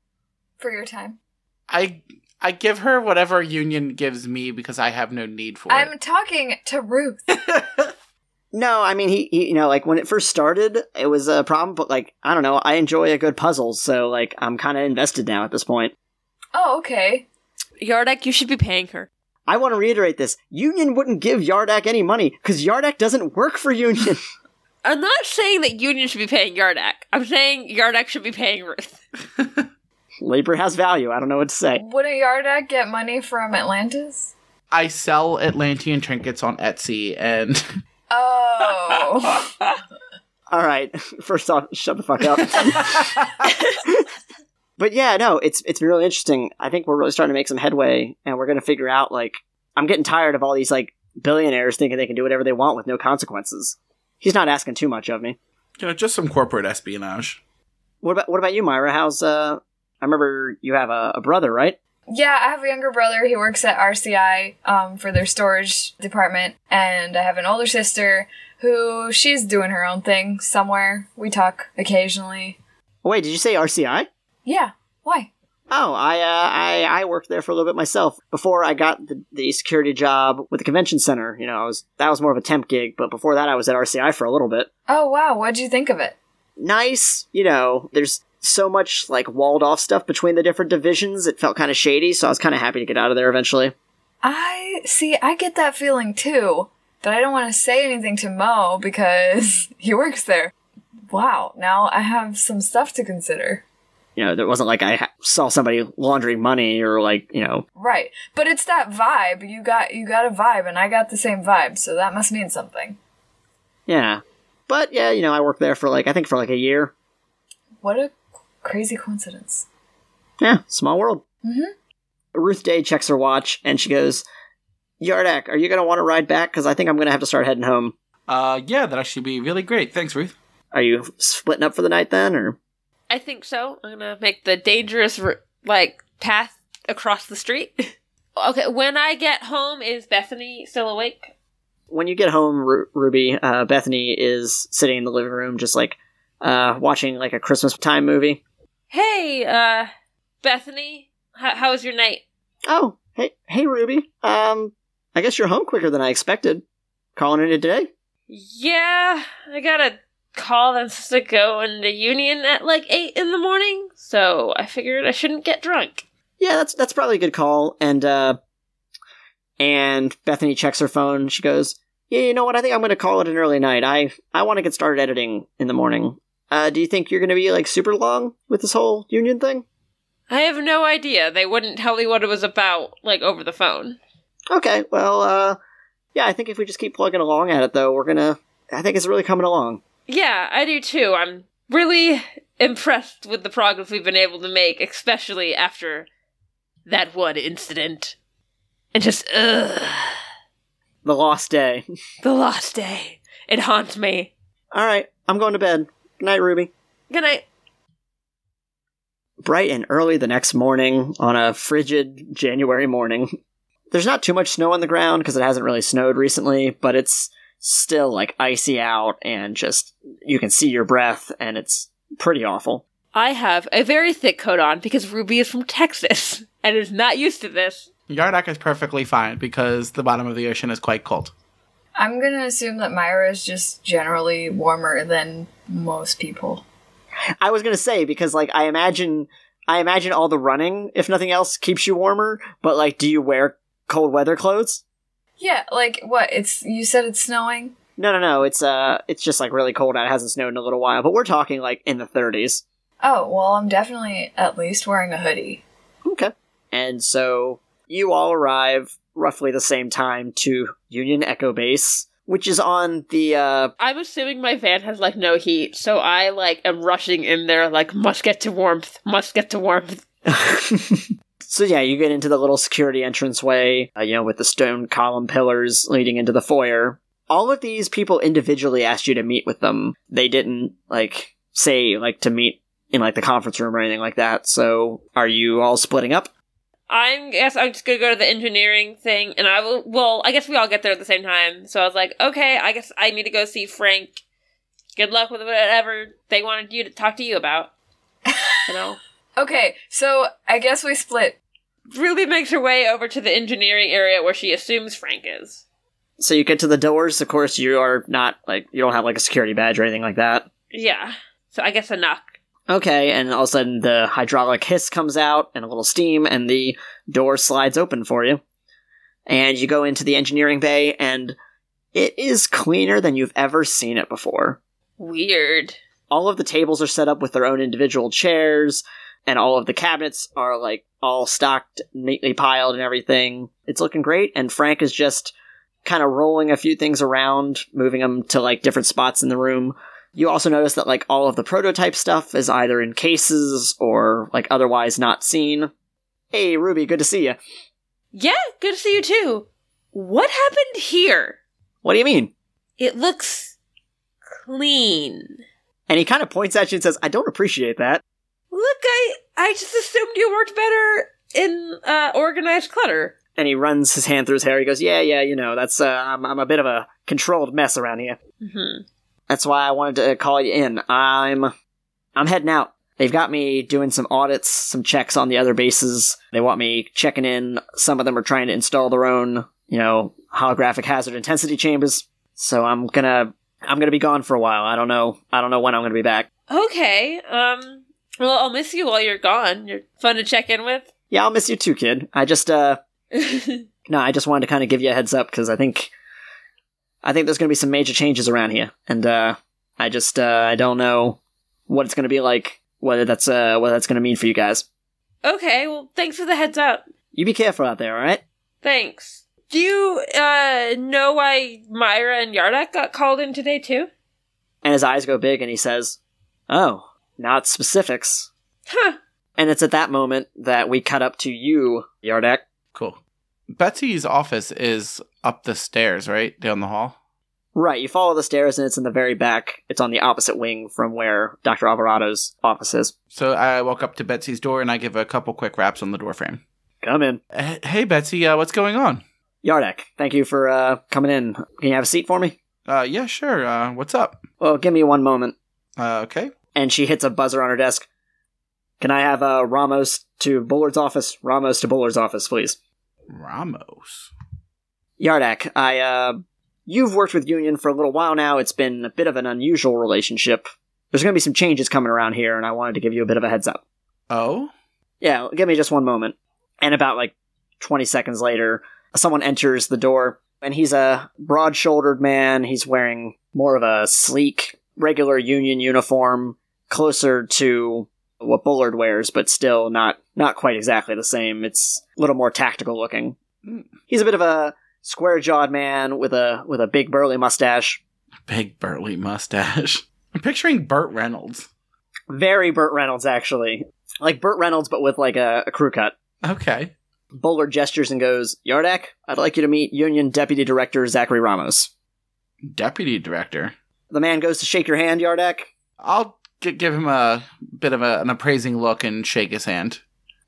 D: for your time?
E: I I give her whatever union gives me because I have no need for
D: I'm talking to Ruth.
E: it.
C: No, I mean, he, he, you know, like when it first started, it was a problem, but like, I don't know, I enjoy a good puzzle, so like, I'm kind of invested now at this point.
D: oh, okay.
G: Yardak, you should be paying her.
C: I want to reiterate this Union wouldn't give Yardak any money because Yardak doesn't work for Union.
G: I'm not saying that Union should be paying Yardak. I'm saying Yardak should be paying Ruth.
C: Labor has value. I don't know what to say.
D: Wouldn't Yardak get money from Atlantis?
E: I sell Atlantean trinkets on Etsy, and
D: Oh.
C: All right. First off, shut the fuck up. but yeah, no, it's it's been really interesting. I think we're really starting to make some headway, and we're going to figure out like I'm getting tired of all these like billionaires thinking they can do whatever they want with no consequences. He's not asking too much of me.
E: you know, just some corporate espionage.
C: What about what about you, Myra? How's uh? I remember you have a, a brother, right?
D: yeah, I have a younger brother. He works at RCI um, for their storage department. And I have an older sister who she's doing her own thing somewhere. We talk occasionally.
C: Oh, Wait, did you say RCI?
D: Yeah. Why?
C: Oh, I, uh, I I worked there for a little bit myself before I got the, the security job with the convention center. You know, I was that was more of a temp gig, but before that, I was at RCI for a little bit.
D: Oh, wow. What'd you think of it?
C: Nice, you know. There's so much like walled off stuff between the different divisions. It felt kind of shady, so I was kind of happy to get out of there eventually.
D: I see, I get that feeling too, but I don't want to say anything to Mo because he works there. Wow, now I have some stuff to consider.
C: You know, there wasn't like I ha- saw somebody laundering money or like you know.
D: Right. But it's that vibe. You got you got a vibe and I got the same vibe, so that must mean something.
C: Yeah, but yeah, you know, I worked there for like I think for like a year.
D: What a c- crazy coincidence.
C: Yeah, small world.
D: Mhm.
C: Ruth Day checks her watch and she goes, Yardak, are you going to want to ride back? Because I think I'm going to have to start heading home.
E: Uh, yeah, that'd actually be really great. Thanks, Ruth.
C: Are you splitting up for the night then? Or
G: I think so. I'm gonna make the dangerous r- like path across the street. okay, when I get home, is Bethany still awake?
C: when you get home, Ru- Ruby, uh, Bethany is sitting in the living room just like uh, watching like a Christmas time movie.
G: Hey, uh, Bethany, how, how was your night?
C: Oh, hey, hey, Ruby. Um, I guess you're home quicker than I expected. Calling it a day?
G: Yeah, I got a call that's to go into union at like eight in the morning, so I figured I shouldn't get drunk.
C: Yeah, that's that's probably a good call. And uh, and Bethany checks her phone. She goes, "Yeah, you know what? I think I'm going to call it an early night. I I want to get started editing in the morning. Uh, do you think you're going to be like super long with this whole union thing?
G: I have no idea. They wouldn't tell me what it was about, like over the phone.
C: Okay, well, uh, yeah, I think if we just keep plugging along at it, though, we're gonna. I think it's really coming along.
G: Yeah, I do too. I'm really impressed with the progress we've been able to make, especially after that one incident. And just, ugh,
C: The lost day.
G: the lost day. It haunts me.
C: All right, I'm going to bed. Good night, Ruby.
G: Good night.
C: Bright and early the next morning on a frigid January morning. There's not too much snow on the ground because it hasn't really snowed recently, but it's still like icy out and just you can see your breath and it's pretty awful.
G: I have a very thick coat on because Ruby is from Texas and is not used to this.
E: Yardak is perfectly fine because the bottom of the ocean is quite cold.
D: I'm gonna assume that Myra is just generally warmer than most people.
C: I was gonna say because like I imagine I imagine all the running, if nothing else, keeps you warmer, but like do you wear cold weather clothes?
D: Yeah, like what? It's you said it's snowing.
C: No no no, it's uh it's just like really cold out, it hasn't snowed in a little while, but we're talking like in the thirties.
D: Oh well, I'm definitely at least wearing a hoodie.
C: Okay. And so you all arrive roughly the same time to Union Echo Base, which is on the uh
G: I'm assuming my van has like no heat, so I like am rushing in there like must get to warmth, must get to warmth.
C: So yeah, you get into the little security entranceway, uh, you know, with the stone column pillars leading into the foyer. All of these people individually asked you to meet with them. They didn't like say like to meet in like the conference room or anything like that. So are you all splitting up?
G: I'm guess I'm just gonna go to the engineering thing, and I will. Well, I guess we all get there at the same time. So I was like, okay, I guess I need to go see Frank. Good luck with whatever they wanted you to talk to you about. You know,
D: Okay, so I guess we split.
G: Ruby makes her way over to the engineering area where she assumes Frank is.
C: So you get to the doors. Of course, you are not like you don't have like a security badge or anything like that.
G: Yeah. So I guess a knock.
C: Okay, and all of a sudden the hydraulic hiss comes out and a little steam, and the door slides open for you. And you go into the engineering bay, and it is cleaner than you've ever seen it before.
G: Weird.
C: All of the tables are set up with their own individual chairs, and all of the cabinets are like all stocked, neatly piled, and everything. It's looking great, and Frank is just kind of rolling a few things around, moving them to like different spots in the room. You also notice that like all of the prototype stuff is either in cases or like otherwise not seen. Hey Ruby, good to see you.
G: Yeah, good to see you too. What happened here?
C: What do you mean?
G: It looks clean.
C: And he kind of points at you and says, "I don't appreciate that."
G: Look, I I just assumed you worked better in uh, organized clutter.
C: And he runs his hand through his hair. He goes, "Yeah, yeah, you know, that's uh, I'm I'm a bit of a controlled mess around here.
G: hmm
C: That's why I wanted to uh, call you in. I'm I'm heading out. They've got me doing some audits, some checks on the other bases. They want me checking in. Some of them are trying to install their own, you know, holographic hazard intensity chambers. So I'm gonna I'm gonna be gone for a while. I don't know I don't know when I'm gonna be back.
G: Okay. Um. Well, I'll miss you while you're gone. You're fun to check in with.
C: Yeah, I'll miss you too, kid. I just uh
G: okay.
C: no, I just wanted to kind of give you a heads up because I think I think there's gonna be some major changes around here, and uh, I just uh, I don't know what it's gonna be like. Whether that's uh, what that's gonna mean for you guys.
G: Well, thanks for the heads up.
C: You be careful out there, all right?
G: Thanks. Do you uh know why Myra and Yardak got called in today too?
C: And his eyes go big, and he says, "Oh, not specifics."
G: Huh.
C: And it's at that moment that we cut up to you, Yardak.
E: Cool. Betsy's office is up the stairs, right? Down the hall?
C: Right, you follow the stairs, and it's in the very back. It's on the opposite wing from where Doctor Alvarado's office is.
E: So I walk up to Betsy's door and I give a couple quick raps on the door frame.
C: Come in,
E: Eh, Hey, Betsy, uh, what's going on?
C: Yardak. Thank you for uh, coming in. Can you have a seat for me?
E: Uh, yeah, sure. Uh, what's up?
C: Well, give me one moment.
E: Uh, okay.
C: and she hits a buzzer on her desk. Can I have uh, Ramos to Bullard's office? Ramos to Bullard's office, please.
E: Ramos.
C: Yardak, I uh, you've worked with Union for a little while now. It's been a bit of an unusual relationship. There's going to be some changes coming around here, and I wanted to give you a bit of a heads up.
E: Oh?
C: Yeah, give me just one moment. And about like 20 seconds later, someone enters the door, and he's a broad shouldered man. He's wearing more of a sleek, regular union uniform, closer to what Bullard wears, but still not, not quite exactly the same. It's a little more tactical looking.
E: Hmm.
C: He's a bit of a square jawed man with a, with a big burly mustache.
E: Big burly mustache. I'm picturing Burt Reynolds.
C: Very Burt Reynolds, actually. Like Burt Reynolds, but with like a, a crew cut.
E: Okay.
C: Bowler gestures and goes, Yardak, I'd like you to meet Union Deputy Director Zachary Ramos.
E: Deputy director.
C: The man goes to shake your hand, Yardak,
E: I'll g- give him a bit of a, an appraising look and shake his hand.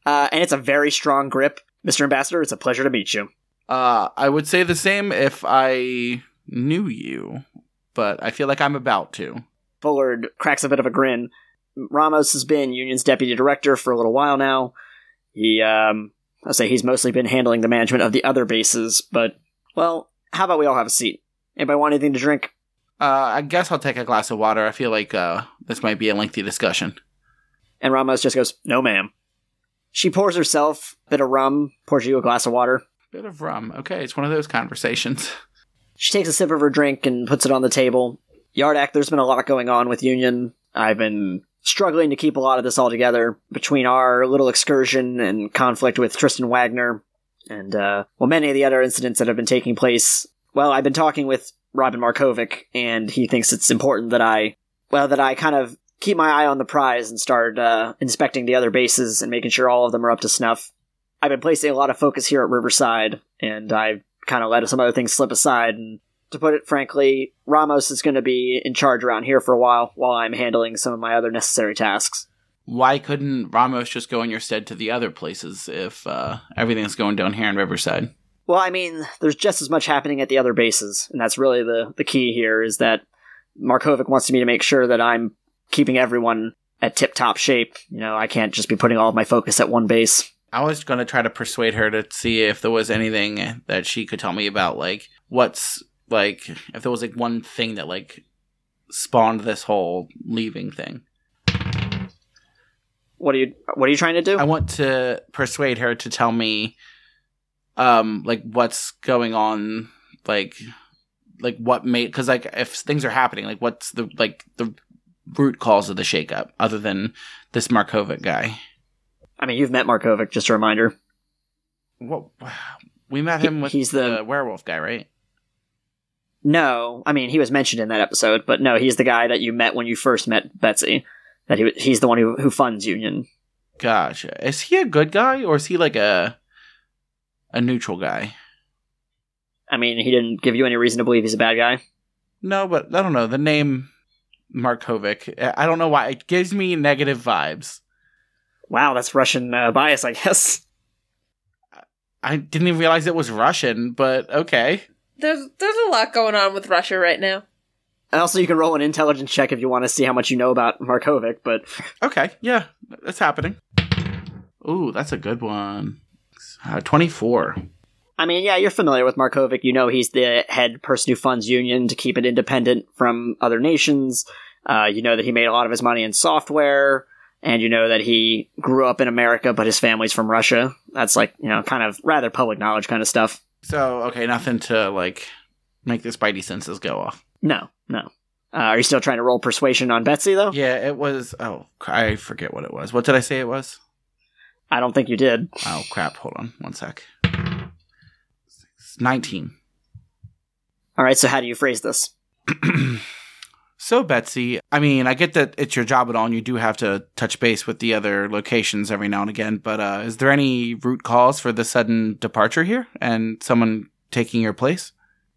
C: Uh, and it's a very strong grip. Mr. Ambassador, it's a pleasure to meet you.
E: Uh, I would say the same if I knew you, but I feel like I'm about to.
C: Bullard cracks a bit of a grin. Ramos has been Union's deputy director for a little while now. He, um, I'll say he's mostly been handling the management of the other bases, but, well, how about we all have a seat? Anybody want anything to drink?
E: Uh, I guess I'll take a glass of water. I feel like uh, this might be a lengthy discussion.
C: And Ramos just goes, no, ma'am. She pours herself a bit of rum, pours you a glass of water.
E: Bit of rum. Okay, it's one of those conversations.
C: She takes a sip of her drink and puts it on the table. Yardak, there's been a lot going on with Union. I've been struggling to keep a lot of this all together between our little excursion and conflict with Tristan Wagner and, uh, well, many of the other incidents that have been taking place. Well, I've been talking with Robin Markovic, and he thinks it's important that I, well, that I kind of keep my eye on the prize and start uh, inspecting the other bases and making sure all of them are up to snuff. I've been placing a lot of focus here at Riverside, and I've kind of let some other things slip aside. And to put it frankly, Ramos is going to be in charge around here for a while while I'm handling some of my other necessary tasks.
E: Why couldn't Ramos just go in your stead to the other places if uh, everything's going down here in Riverside?
C: Well, I mean, there's just as much happening at the other bases, and that's really the, the key here is that Markovic wants me to make sure that I'm keeping everyone at tip top shape. You know, I can't just be putting all of my focus at one base.
E: I was going to try to persuade her to see if there was anything that she could tell me about, like, what's, like, if there was, like, one thing that, like, spawned this whole leaving thing.
C: What are you what are you trying to do?
E: I want to persuade her to tell me, um, like, what's going on, like, like what made because like if things are happening like what's the like the root cause of the shakeup other than this markovic guy
C: I mean, you've met Markovic, just a reminder.
E: What we met
C: He-
E: him with
C: he's the-
E: the, werewolf guy, right?
C: No, I mean he was mentioned in that episode, but no, he's the guy that you met when you first met Betsy. That he he's the one who who funds Union.
E: Gotcha. Is he a good guy or is he like a a neutral guy?
C: I mean, he didn't give you any reason to believe he's a bad guy.
E: No, but I don't know the name Markovic. I- I don't know why it gives me negative vibes.
C: Wow, that's Russian uh, bias, I guess.
E: I didn't even realize it was Russian, but okay.
G: There's there's a lot going on with Russia right now.
C: And also, you can roll an intelligence check if you want to see how much you know about Markovic. But
E: Okay, yeah, that's happening. Ooh, that's a good one. Uh, 24.
C: I mean, yeah, you're familiar with Markovic. You know he's the head person who funds Union to keep it independent from other nations. Uh, you know that he made a lot of his money in software, and you know that he grew up in America, but his family's from Russia. That's like, you know, kind of rather public knowledge kind of stuff.
E: So, okay, nothing to like make the spidey senses go off.
C: No, no. Uh, are you still trying to roll persuasion on Betsy, though?
E: Yeah, it was. Oh, cr- I forget what it was. What did I say it was?
C: I don't think you did.
E: Oh crap! Hold on, one sec. Six- Nineteen.
C: All right, so how do you phrase this?
E: so Betsy, I mean, I get that it's your job at all, and you do have to touch base with the other locations every now and again. But uh, is there any root cause for the sudden departure here and someone taking your place?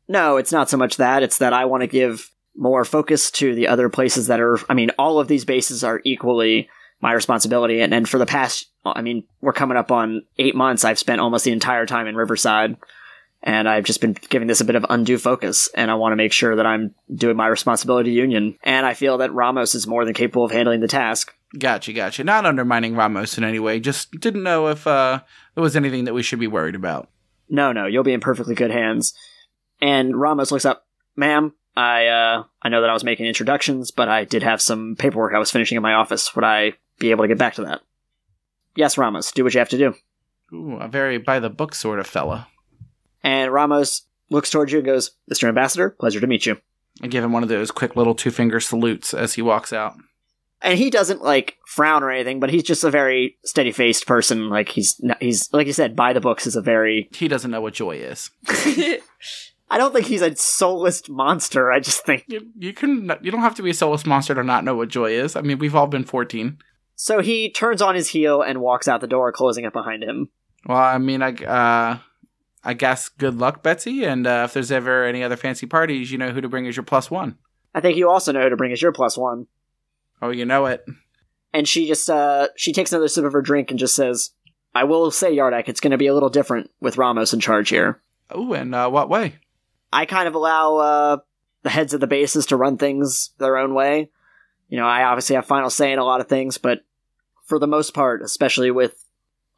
C: No, it's not so much that. It's that I want to give more focus to the other places that are. I mean, all of these bases are equally my responsibility. And, and for the past, I mean, we're coming up on eight months. I've spent almost the entire time in Riverside. And I've just been giving this a bit of undue focus. And I want to make sure that I'm doing my responsibility to Union. And I feel that Ramos is more than capable of handling the task.
E: Gotcha, gotcha. Not undermining Ramos in any way. Just didn't know if uh, there was anything that we should be worried about.
C: No, no, you'll be in perfectly good hands. And Ramos looks up, ma'am. I uh, I know that I was making introductions, but I did have some paperwork I was finishing in my office. Would I be able to get back to that? Yes, Ramos, do what you have to do.
E: Ooh, a very by the book sort of fella.
C: And Ramos looks towards you and goes, Mr. Ambassador, pleasure to meet you.
E: I give him one of those quick little two finger salutes as he walks out.
C: And he doesn't like frown or anything, but he's just a very steady faced person. Like he's not, he's like you said, by the books is a very.
E: He doesn't know what joy is.
C: I don't think he's a soulless monster. I just think
E: You, you can you don't have to be a soulless monster to not know what joy is. I mean, we've all been 14.
C: so. He turns on his heel and walks out the door, closing it behind him.
E: Well, I mean, I uh, I guess good luck, Betsy. And uh, if there's ever any other fancy parties, you know who to bring as your plus one.
C: I think you also know who to bring as your plus one.
E: Oh, you know it.
C: and she just uh she takes another sip of her drink and just says, "I will say, Yardak, it's going to be a little different with Ramos in charge here.
E: Oh, and uh, what way?
C: I kind of allow uh the heads of the bases to run things their own way. You know, I obviously have final say in a lot of things, but for the most part, especially with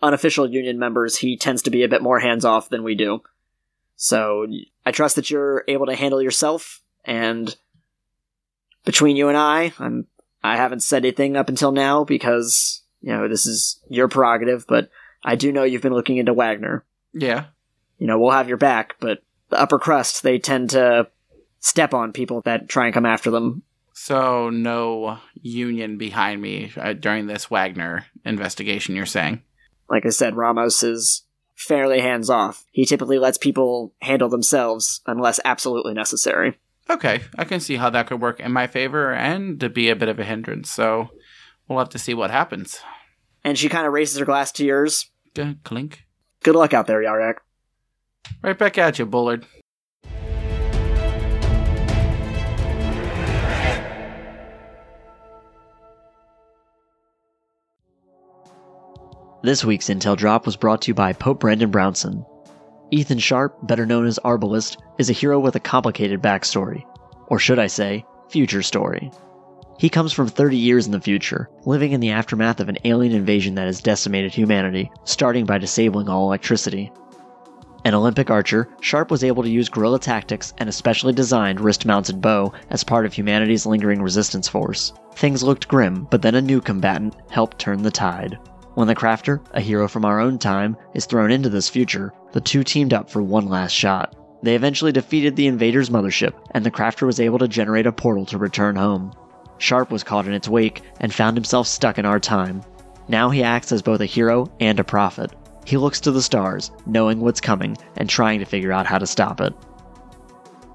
C: unofficial union members, he tends to be a bit more hands off than we do. So I trust that you're able to handle yourself, and between you and I, I'm I haven't said anything up until now because you know this is your prerogative, but I do know you've been looking into Wagner
E: Yeah.
C: you know, we'll have your back, but the upper crust, they tend to step on people that try and come after them.
E: So no union behind me uh, during this Wagner investigation. You're saying?
C: Like I said, Ramos is fairly hands off. He typically lets people handle themselves unless absolutely necessary.
E: Okay, I can see how that could work in my favor and to be a bit of a hindrance. So we'll have to see what happens.
C: And she kind of raises her glass to yours.
E: G- Clink.
C: Good luck out there, Yardak.
E: Right back at you, Bullard.
I: This week's Intel Drop was brought to you by Pope Brandon Brownson. Ethan Sharp, better known as Arbalist, is a hero with a complicated backstory, or should I say, future story. He comes from 30 years in the future, living in the aftermath of an alien invasion that has decimated humanity, starting by disabling all electricity. An Olympic archer, Sharp was able to use guerrilla tactics and a specially designed wrist mounted bow as part of humanity's lingering resistance force. Things looked grim, but then a new combatant helped turn the tide. When the crafter, a hero from our own time, is thrown into this future, the two teamed up for one last shot. They eventually defeated the invader's mothership, and the crafter was able to generate a portal to return home. Sharp was caught in its wake and found himself stuck in our time. Now he acts as both a hero and a prophet. He looks to the stars, knowing what's coming and trying to figure out how to stop it.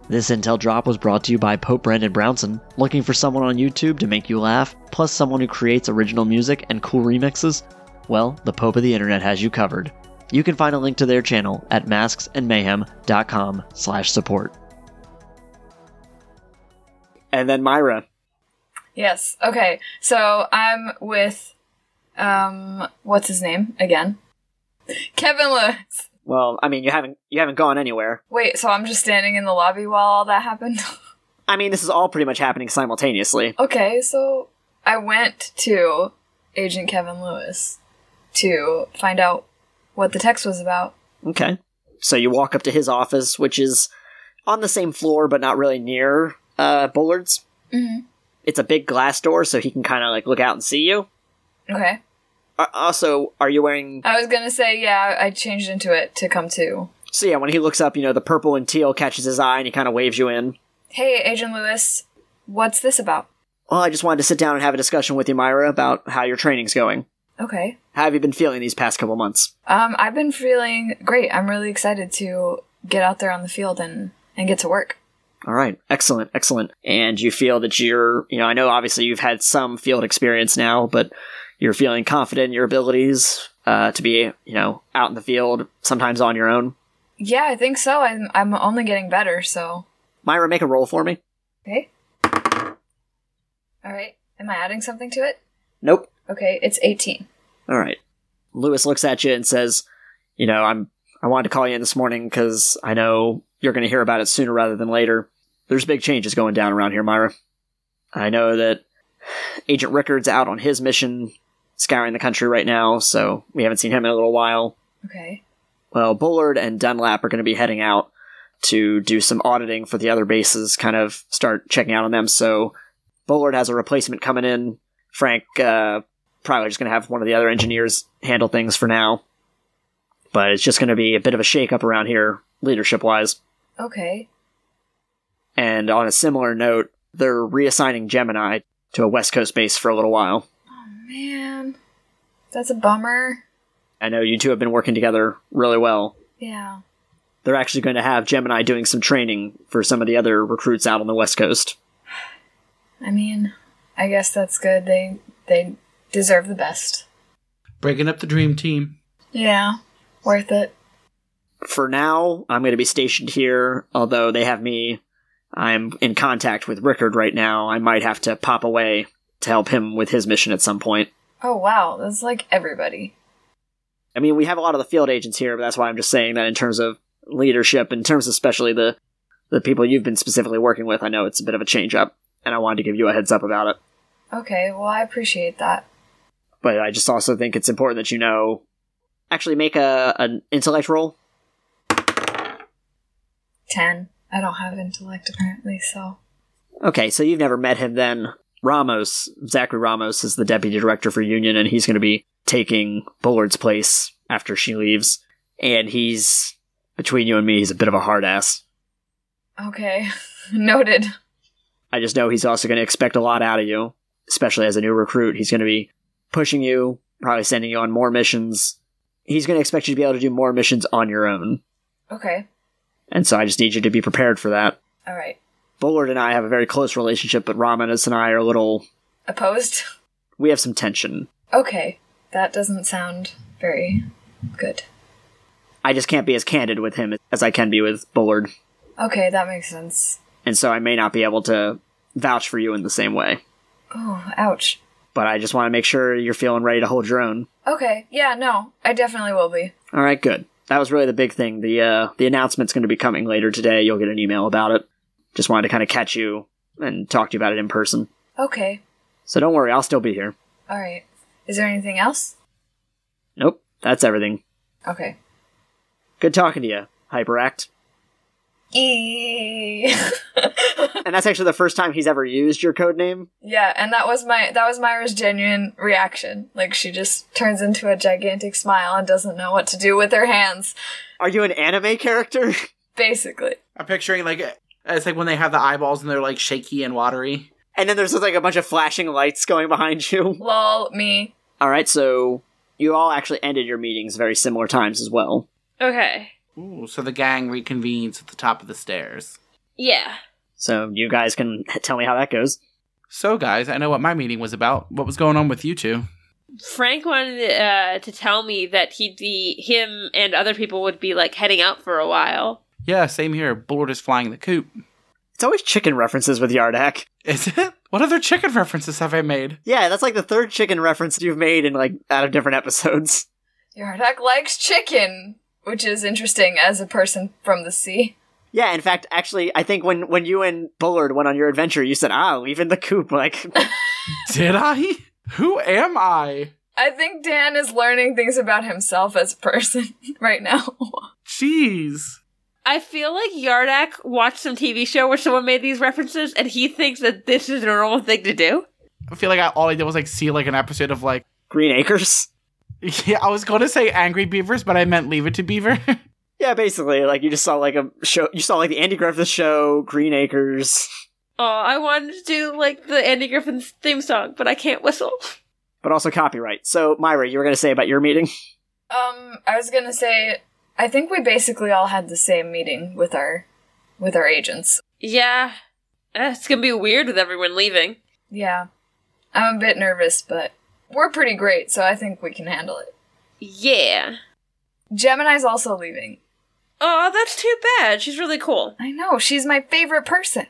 I: This intel drop was brought to you by Pope Brandon Brownson. Looking for someone on YouTube to make you laugh, plus someone who creates original music and cool remixes? Well, the Pope of the Internet has you covered. You can find a link to their channel at masksandmayhem.com/support.
C: And then Myra.
D: Yes. Okay. So I'm with, um, what's his name again? Kevin Lewis.
C: Well, I mean, you haven't you haven't gone anywhere.
D: Wait. So I'm just standing in the lobby while all that happened.
C: I mean, this is all pretty much happening simultaneously.
D: okay. So I went to Agent Kevin Lewis to find out what the text was about.
C: Okay. So you walk up to his office, which is on the same floor but not really near uh, Bullard's.
D: Mhm.
C: It's a big glass door, so he can kind of like look out and see you.
D: Okay.
C: Are- also, are you wearing?
D: I was gonna say yeah. I changed into it to come to.
C: So yeah, when he looks up, you know the purple and teal catches his eye, and he kind of waves you in.
D: Hey, Agent Lewis. What's this about?
C: Well, I just wanted to sit down and have a discussion with you, Myra, about how your training's going.
D: Okay.
C: How have you been feeling these past couple months?
D: Um, I've been feeling great. I'm really excited to get out there on the field and and get to work.
C: All right, excellent, excellent. And you feel that you're, you know, I know obviously you've had some field experience now, but you're feeling confident in your abilities uh, to be, you know, out in the field, sometimes on your own.
D: Yeah, I think so. I'm I'm only getting better, so
C: Myra, make a roll for me.
D: okay. All right. Am I adding something to it?
C: Nope.
D: Okay, it's 18.
C: All right. Lewis looks at you and says, "You know, I'm I wanted to call you in this morning because I know you're going to hear about it sooner rather than later. There's big changes going down around here, Myra. I know that Agent Rickard's out on his mission, scouring the country right now, so we haven't seen him in a little while.
D: Okay.
C: Well, Bullard and Dunlap are going to be heading out to do some auditing for the other bases, kind of start checking out on them. So Bullard has a replacement coming in. Frank uh, probably just going to have one of the other engineers handle things for now. But it's just going to be a bit of a shakeup around here, leadership wise.
D: Okay.
C: And on a similar note, they're reassigning Gemini to a West Coast base for a little while.
D: Man. That's a bummer.
C: I know you two have been working together really well.
D: Yeah.
C: They're actually going to have Gemini doing some training for some of the other recruits out on the West Coast.
D: I mean, I guess that's good. They they deserve the best.
E: Breaking up the dream team.
D: Yeah. Worth it.
C: for now, I'm going to be stationed here, although they have me. I'm in contact with Rickard right now. I might have to pop away
J: to help him with his mission at some point.
D: Oh wow, that's like everybody.
J: I mean, we have a lot of the field agents here, but that's why I'm just saying that in terms of leadership, in terms especially the the people you've been specifically working with, I know it's a bit of a change up, and I wanted to give you a heads up about it.
D: Okay, well I appreciate that.
J: But I just also think it's important that you know. Actually, make a an intellect roll.
D: Ten. I don't have intellect apparently, so
J: Okay, so you've never met him then. Ramos, Zachary Ramos, is the deputy director for Union, and he's going to be taking Bullard's place after she leaves. And he's, between you and me, he's a bit of a hard ass.
D: okay. Noted.
J: I just know he's also going to expect a lot out of you, especially as a new recruit. He's going to be pushing you, probably sending you on more missions. He's going to expect you to be able to do more missions on your own.
D: Okay.
J: And so I just need you to be prepared for that.
D: All right.
J: Bullard and I have a very close relationship, but Ramos and I are a little.
D: Opposed?
J: We have some tension.
D: Okay. That doesn't sound very good.
J: I just can't be as candid with him as I can be with Bullard,
D: Okay, that makes sense.
J: and so I may not be able to vouch for you in the same way.
D: Oh, ouch.
J: But I just want to make sure you're feeling ready to hold your own.
D: Okay, yeah, no, I definitely will be.
J: All right, good. That was really the big thing. The uh, the announcement's going to be coming later today. You'll get an email about it. Just wanted to kind of catch you and talk to you about it in person.
D: Okay,
J: So don't worry, I'll still be here.
D: alright. Is there anything else?
J: Nope, that's everything.
D: Okay.
J: Good talking to you, Hyperact.
D: Eee.
J: And that's actually the first time he's ever used your code name.
D: yeah, and that was my that was Myra's genuine reaction. Like she just turns into a gigantic smile and doesn't know what to do with her hands,
J: Are you an anime character?
D: basically.
E: I'm picturing like it's like when they have the eyeballs and they're like shaky and watery.
J: And then there's just, like a bunch of flashing lights going behind you.
D: Lol, me.
J: All right, so you all actually ended your meetings very similar times as well.
G: Okay.
E: Ooh, so the gang reconvenes at the top of the stairs.
G: Yeah.
J: So you guys can tell me how that goes.
E: So guys, I know what my meeting was about. What was going on with you two?
G: Frank wanted uh, to tell me that he'd be him and other people would be like heading out for a while.
E: Yeah, same here. Bullard is flying the coop.
J: It's always chicken references with Yardak.
E: Is it? What other chicken references have I made?
J: Yeah, that's like the third chicken reference you've made in like out of different episodes.
D: Yardak likes chicken, which is interesting as a person from the sea.
J: Yeah, in fact, actually, I think when when you and Bullard went on your adventure, you said, "Ah, leaving the coop." Like,
E: Did I? Who am I?
D: I think Dan is learning things about himself as a person right now.
E: Jeez.
G: I feel like Yardak watched some TV show where someone made these references, and he thinks that this is a normal thing to do.
E: I feel like I, all I did was like see like an episode of like
J: Green Acres.
E: yeah I was going to say Angry Beavers, but I meant Leave It to Beaver.
J: Yeah, basically, like you just saw like a show. You saw like the Andy Griffith show, Green Acres.
G: Oh, I wanted to do like the Andy Griffin theme song, but I can't whistle.
J: But also copyright. So, Myra, you were going to say about your meeting?
D: Um, I was gonna say, I think we basically all had the same meeting with our, with our agents.
G: Yeah, Eh, it's gonna be weird with everyone leaving.
D: Yeah, I'm a bit nervous, but we're pretty great, so I think we can handle it.
G: Yeah.
D: Gemini's also leaving.
G: Oh, that's too bad. She's really cool.
D: I know she's my favorite person.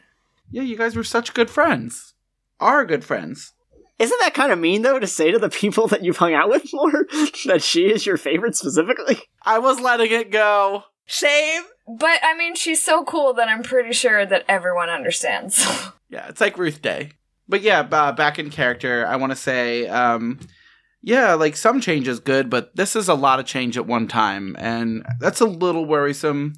E: yeah, you guys were such good friends. Are good friends.
J: Isn't that kind of mean though to say to the people that you've hung out with more that she is your favorite specifically?
E: I was letting it go.
G: Same.
D: But I mean, she's so cool that I'm pretty sure that everyone understands.
E: Yeah, it's like Ruth Day. But yeah, uh, back in character, I want to say, um, yeah, like some change is good, but this is a lot of change at one time, and that's a little worrisome.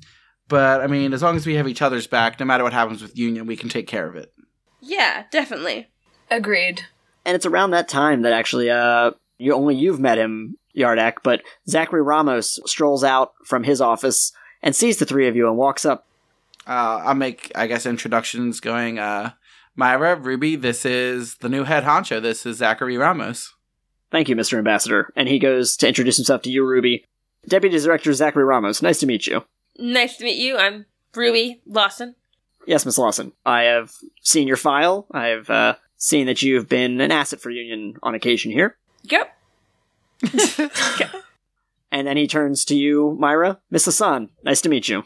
E: But I mean, as long as we have each other's back, no matter what happens with Union, we can take care of it.
G: Yeah, definitely.
D: Agreed.
J: And it's around that time that actually, uh, you only you've met him, Yardak, but Zachary Ramos strolls out from his office and sees the three of you and walks up.
E: Uh, I'll make, I guess, introductions going. Uh, Myra, Ruby, this is the new head honcho. This is Zachary Ramos.
J: Thank you, Mr. Ambassador. And he goes to introduce himself to you, Ruby. Deputy Director Zachary Ramos, nice to meet you.
G: Nice to meet you. I'm Ruby Lawson.
J: Yes, Miss Lawson. I have seen your file. I have uh, seen that you've been an asset for Union on occasion here.
G: Yep.
J: And then he turns to you, Myra. Miss Hassan, nice to meet you.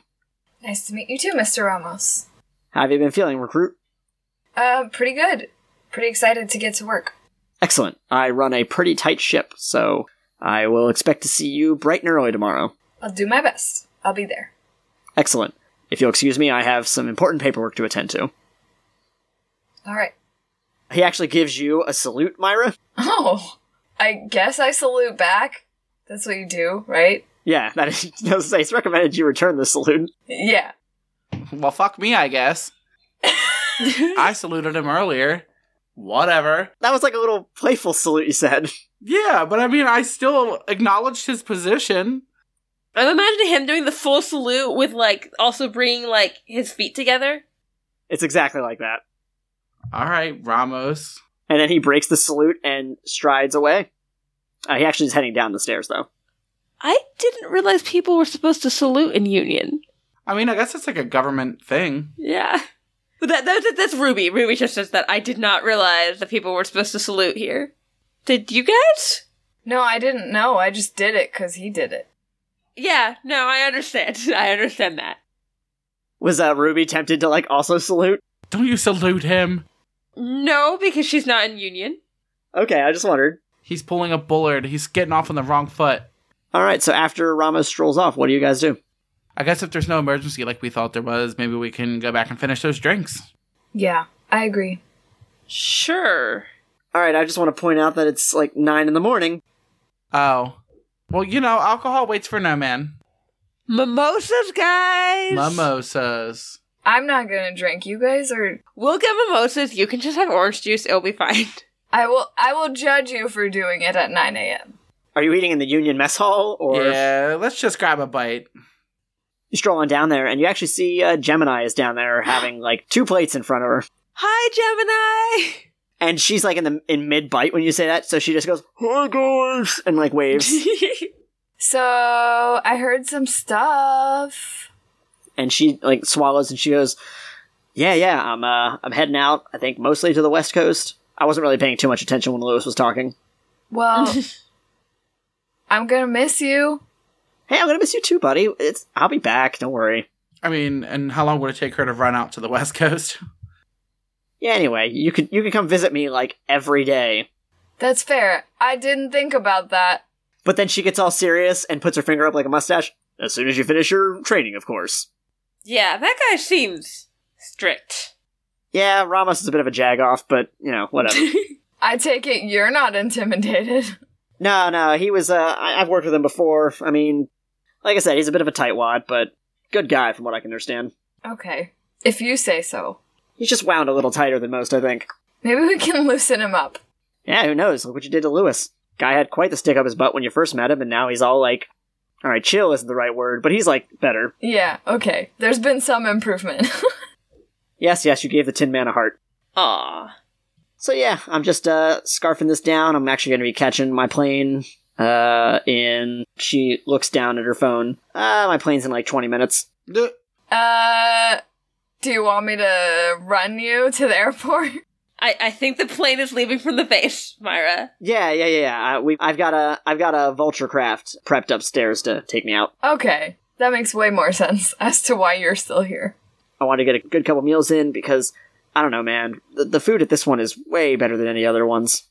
D: Nice to meet you too, Mr. Ramos.
J: How have you been feeling, recruit?
D: Uh, pretty good. Pretty excited to get to work.
J: Excellent. I run a pretty tight ship, so I will expect to see you bright and early tomorrow.
D: I'll do my best. I'll be there.
J: Excellent. If you'll excuse me, I have some important paperwork to attend to.
D: All right.
J: He actually gives you a salute, Myra.
D: Oh, I guess I salute back. That's what you do, right?
J: Yeah, that is, I was gonna say, it's recommended you return the salute.
D: Yeah.
E: Well, fuck me, I guess. I saluted him earlier. Whatever.
J: That was like a little playful salute you said.
E: Yeah, but I mean, I still acknowledged his position.
G: I'm imagining him doing the full salute with like also bringing like his feet together.
J: It's exactly like that.
E: All right, Ramos.
J: And then he breaks the salute and strides away. Uh, he actually is heading down the stairs, though.
G: I didn't realize people were supposed to salute in union.
E: I mean, I guess it's like a government thing.
G: Yeah. But that, that, that's Ruby. Ruby just says that I did not realize that people were supposed to salute here. Did you guys?
D: No, I didn't know. I just did it because he did it.
G: Yeah, no, I understand. I understand that.
J: Was uh, Ruby tempted to like also salute?
E: Don't you salute him?
G: No, because she's not in union.
J: Okay, I just wondered.
E: He's pulling a bullard. He's getting off on the wrong foot.
J: All right, so after Ramos strolls off, what do you guys do?
E: I guess if there's no emergency like we thought there was, maybe we can go back and finish those drinks.
D: Yeah, I agree.
G: Sure.
J: All right, I just want to point out that it's like nine in the morning.
E: Oh. Well, you know, alcohol waits for no man.
G: Mimosas, guys!
E: Mimosas.
D: I'm not gonna drink. You guys are.
G: we'll get mimosas. You can just have orange juice. It'll be fine.
D: I will. I will judge you for doing it at 9 a.m.
J: Are you eating in the Union mess hall, or
E: Yeah, let's just grab a bite.
J: you stroll on down there and you actually see uh, Gemini is down there having like two plates in front of her,
G: Hi,
J: and she's like in the in mid bite when you say that, so she just goes "Hi guys" and like waves,
G: Gemini.
D: So I heard some stuff.
J: and she like swallows and she goes, "Yeah, yeah, I'm uh, I'm heading out. I think mostly to the West Coast. I wasn't really paying too much attention when Lewis was talking.
D: Well, I'm gonna miss you.
J: Hey, I'm gonna miss you too, buddy. It's I'll be back. Don't worry."
E: I mean, and how long would it take her to run out to the West Coast?
J: Yeah, anyway, you could you could come visit me like every day.
D: That's fair. I didn't think about that.
J: But then she gets all serious and puts her finger up like a mustache. As soon as you finish your training, of course.
G: yeah, that guy seems strict.
J: Yeah, Ramos is a bit of a jag off, but you know, whatever.
D: I take it you're not intimidated.
J: no, no, he was uh I- I've worked with him before. I mean like I said, he's a bit of a tightwad, but good guy from what I can understand.
D: Okay, if you say so.
J: He's just wound a little tighter than most, I think.
D: Maybe we can loosen him up.
J: Yeah, who knows? Look what you did to Lewis. Guy had quite the stick up his butt when you first met him, and now he's all like Alright, chill isn't the right word, but he's like better.
D: Yeah. Okay. There's been some improvement.
J: Yes, yes, you gave the tin man a heart.
G: Aw.
J: So yeah, I'm just uh, scarfing this down. I'm actually going to be catching my plane. Uh, in she looks down at her phone. Uh, my plane's in like 20 minutes.
E: Duh.
D: uh, do you want me to run you to the airport?
G: I, I think the plane is leaving from the base, Myra.
J: Yeah, yeah, yeah. yeah. I, we, I've got a, I've got a vulture craft prepped upstairs to take me out.
D: Okay, that makes way more sense as to why you're still here.
J: I want to get a good couple meals in because I don't know, man. The, the food at this one is way better than any other ones.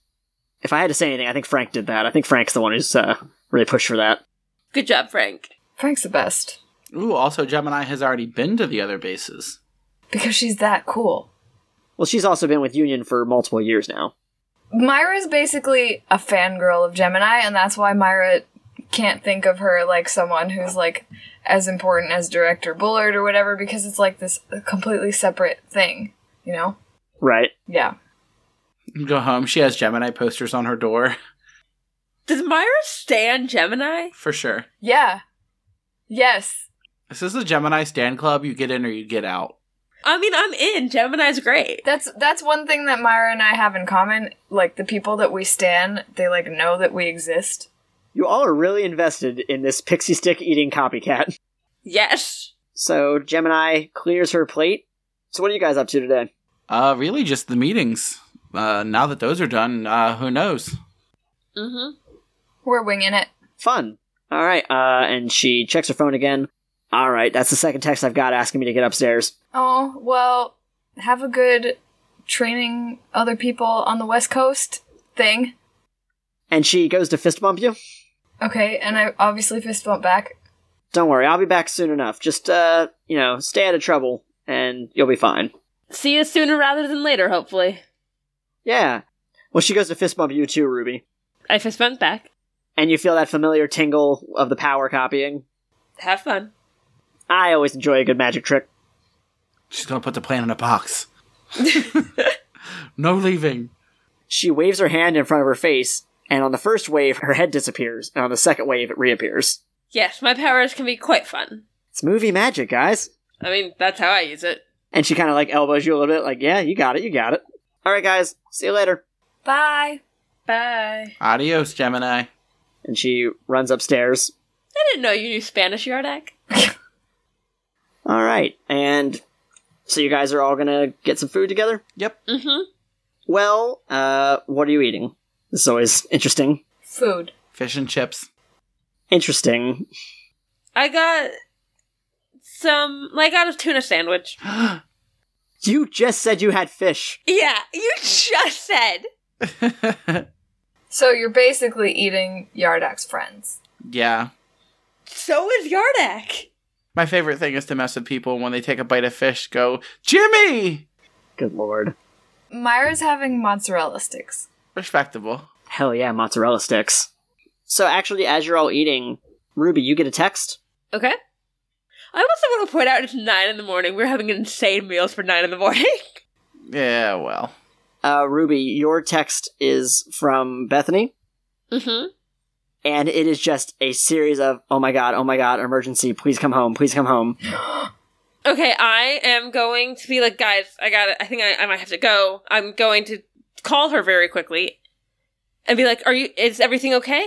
J: If I had to say anything, I think Frank did that. I think Frank's the one who's uh, really pushed for that.
G: Good job, Frank.
D: Frank's the best
E: Ooh, also, Gemini has already been to the other bases.
D: because she's that cool.
J: Well, she's also been with Union for multiple years now.
D: Myra's basically a fangirl of Gemini, and that's why Myra can't think of her like someone who's like as important as director Bullard or whatever because it's like this completely separate thing, you know?
J: Right.
D: Yeah.
E: Go home. She has Gemini posters on her door,
G: Does Myra stand Gemini?
E: for sure.
D: Yeah. Yes.
E: This is the Gemini Stand Club. You get in or you get out.
G: I mean, I'm in. Gemini's great.
D: That's that's one thing that Myra and I have in common. Like the people that we stan, they like know that we exist.
J: You all are really invested in this pixie stick eating copycat.
G: Yes.
J: So Gemini clears her plate. So what are you guys up to today?
E: Uh, really, just the meetings. Uh, now that those are done, uh, who knows?
G: Mm-hmm.
D: We're winging it.
J: Fun. All right. Uh, and she checks her phone again. All right, that's the second text I've got asking me to get upstairs.
D: Oh, well, have a good training other people on the West Coast thing.
J: And she goes to fist bump you.
D: Okay, and I obviously fist bump back.
J: Don't worry, I'll be back soon enough. Just uh, you know, stay out of trouble and you'll be fine.
G: See you sooner rather than later, hopefully.
J: Yeah. Well, she goes to fist bump you too, Ruby.
G: I fist bumped back.
J: And you feel that familiar tingle of the power copying.
G: Have fun.
J: I always enjoy a good magic trick.
E: She's gonna put the plan in a box. no leaving.
J: She waves her hand in front of her face, and on the first wave, her head disappears, and on the second wave, it reappears.
G: Yes, my powers can be quite fun.
J: It's movie magic, guys.
G: I mean, that's how I use it.
J: And she kind of like elbows you a little bit, like, yeah, you got it, you got it. All right, guys, see you later.
D: Bye.
G: Bye.
E: Adios, Gemini.
J: And she runs upstairs.
G: I didn't know you knew Spanish, Yardak.
J: All right, and so you guys are all gonna get some food together.
E: Yep.
G: Mm-hmm.
J: Well, uh, what are you eating? This is always interesting.
D: Food.
E: Fish and chips.
J: Interesting.
G: I got some, like, out of tuna sandwich.
J: You just said you had fish.
G: Yeah, you just said.
D: So you're basically eating Yardak's friends.
E: yeah.
G: So is Yardak.
E: My favorite thing is to mess with people when they take a bite of fish, go, Jimmy!
J: Good lord.
D: Myra's having mozzarella sticks.
E: Respectable.
J: Hell yeah, mozzarella sticks. So actually, as you're all eating, Ruby, you get a text.
G: Okay. I also want to point out it's 9 in the morning. We're having insane meals for 9 in the morning.
E: Yeah, well.
J: Uh, Ruby, your text is from Bethany,
G: Mm-hmm.
J: and it is just a series of, oh my god, oh my god, emergency, please come home, please come home.
G: Okay, I am going to be like, guys, I got it. I think I, I might have to go. I'm going to call her very quickly and be like, are you, is everything okay?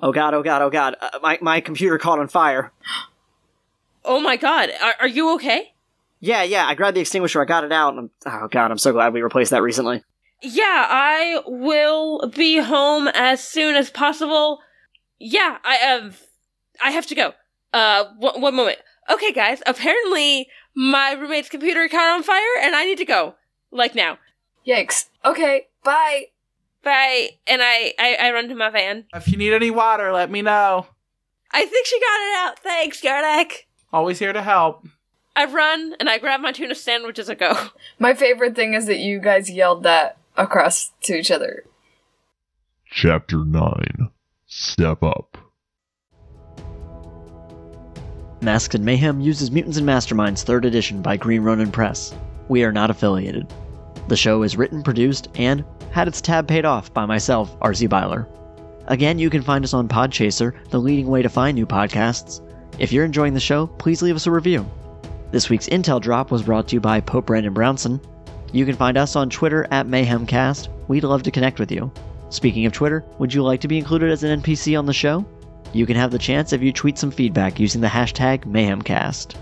J: Oh god, oh god, oh god, uh, my, my computer caught on fire.
G: Oh my god, are, are you okay?
J: Yeah, yeah, I grabbed the extinguisher, I got it out, and I'm, oh god, I'm so glad we replaced that recently.
G: Yeah, I will be home as soon as possible. Yeah, I have. I have to go. Uh, one, one moment. Okay, guys. Apparently, my roommate's computer caught on fire, and I need to go. Like now.
D: Yikes. Okay, bye.
G: Bye. And I, I, I run to my van.
E: If you need any water, let me know.
G: I think she got it out. Thanks, Yardak.
E: Always here to help.
G: I run and I grab my tuna sandwich as I go.
D: My favorite thing is that you guys yelled that across to each other.
A: Chapter 9 Step Up.
C: Masks and Mayhem uses Mutants and Masterminds 3rd Edition by Green Ronin Press. We are not affiliated. The show is written, produced, and had its tab paid off by myself, RC Byler. Again, you can find us on Podchaser, the leading way to find new podcasts. If you're enjoying the show, please leave us a review. This week's Intel Drop was brought to you by Pope Brandon Brownson. You can find us on Twitter at MayhemCast. We'd love to connect with you. Speaking of Twitter, would you like to be included as an NPC on the show? You can have the chance if you tweet some feedback using the hashtag MayhemCast.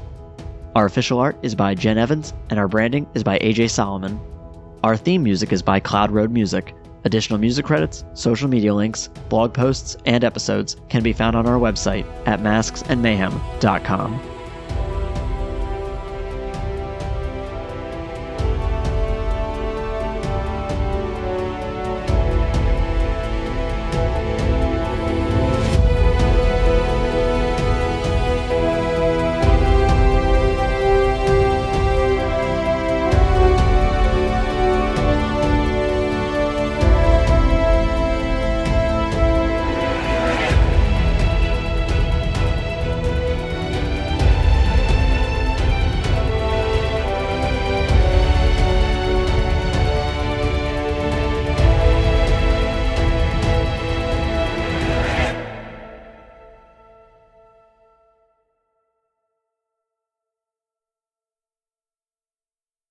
C: Our official art is by Jen Evans, and our branding is by AJ Solomon. Our theme music is by Cloud Road Music. Additional music credits, social media links, blog posts, and episodes can be found on our website at masksandmayhem.com.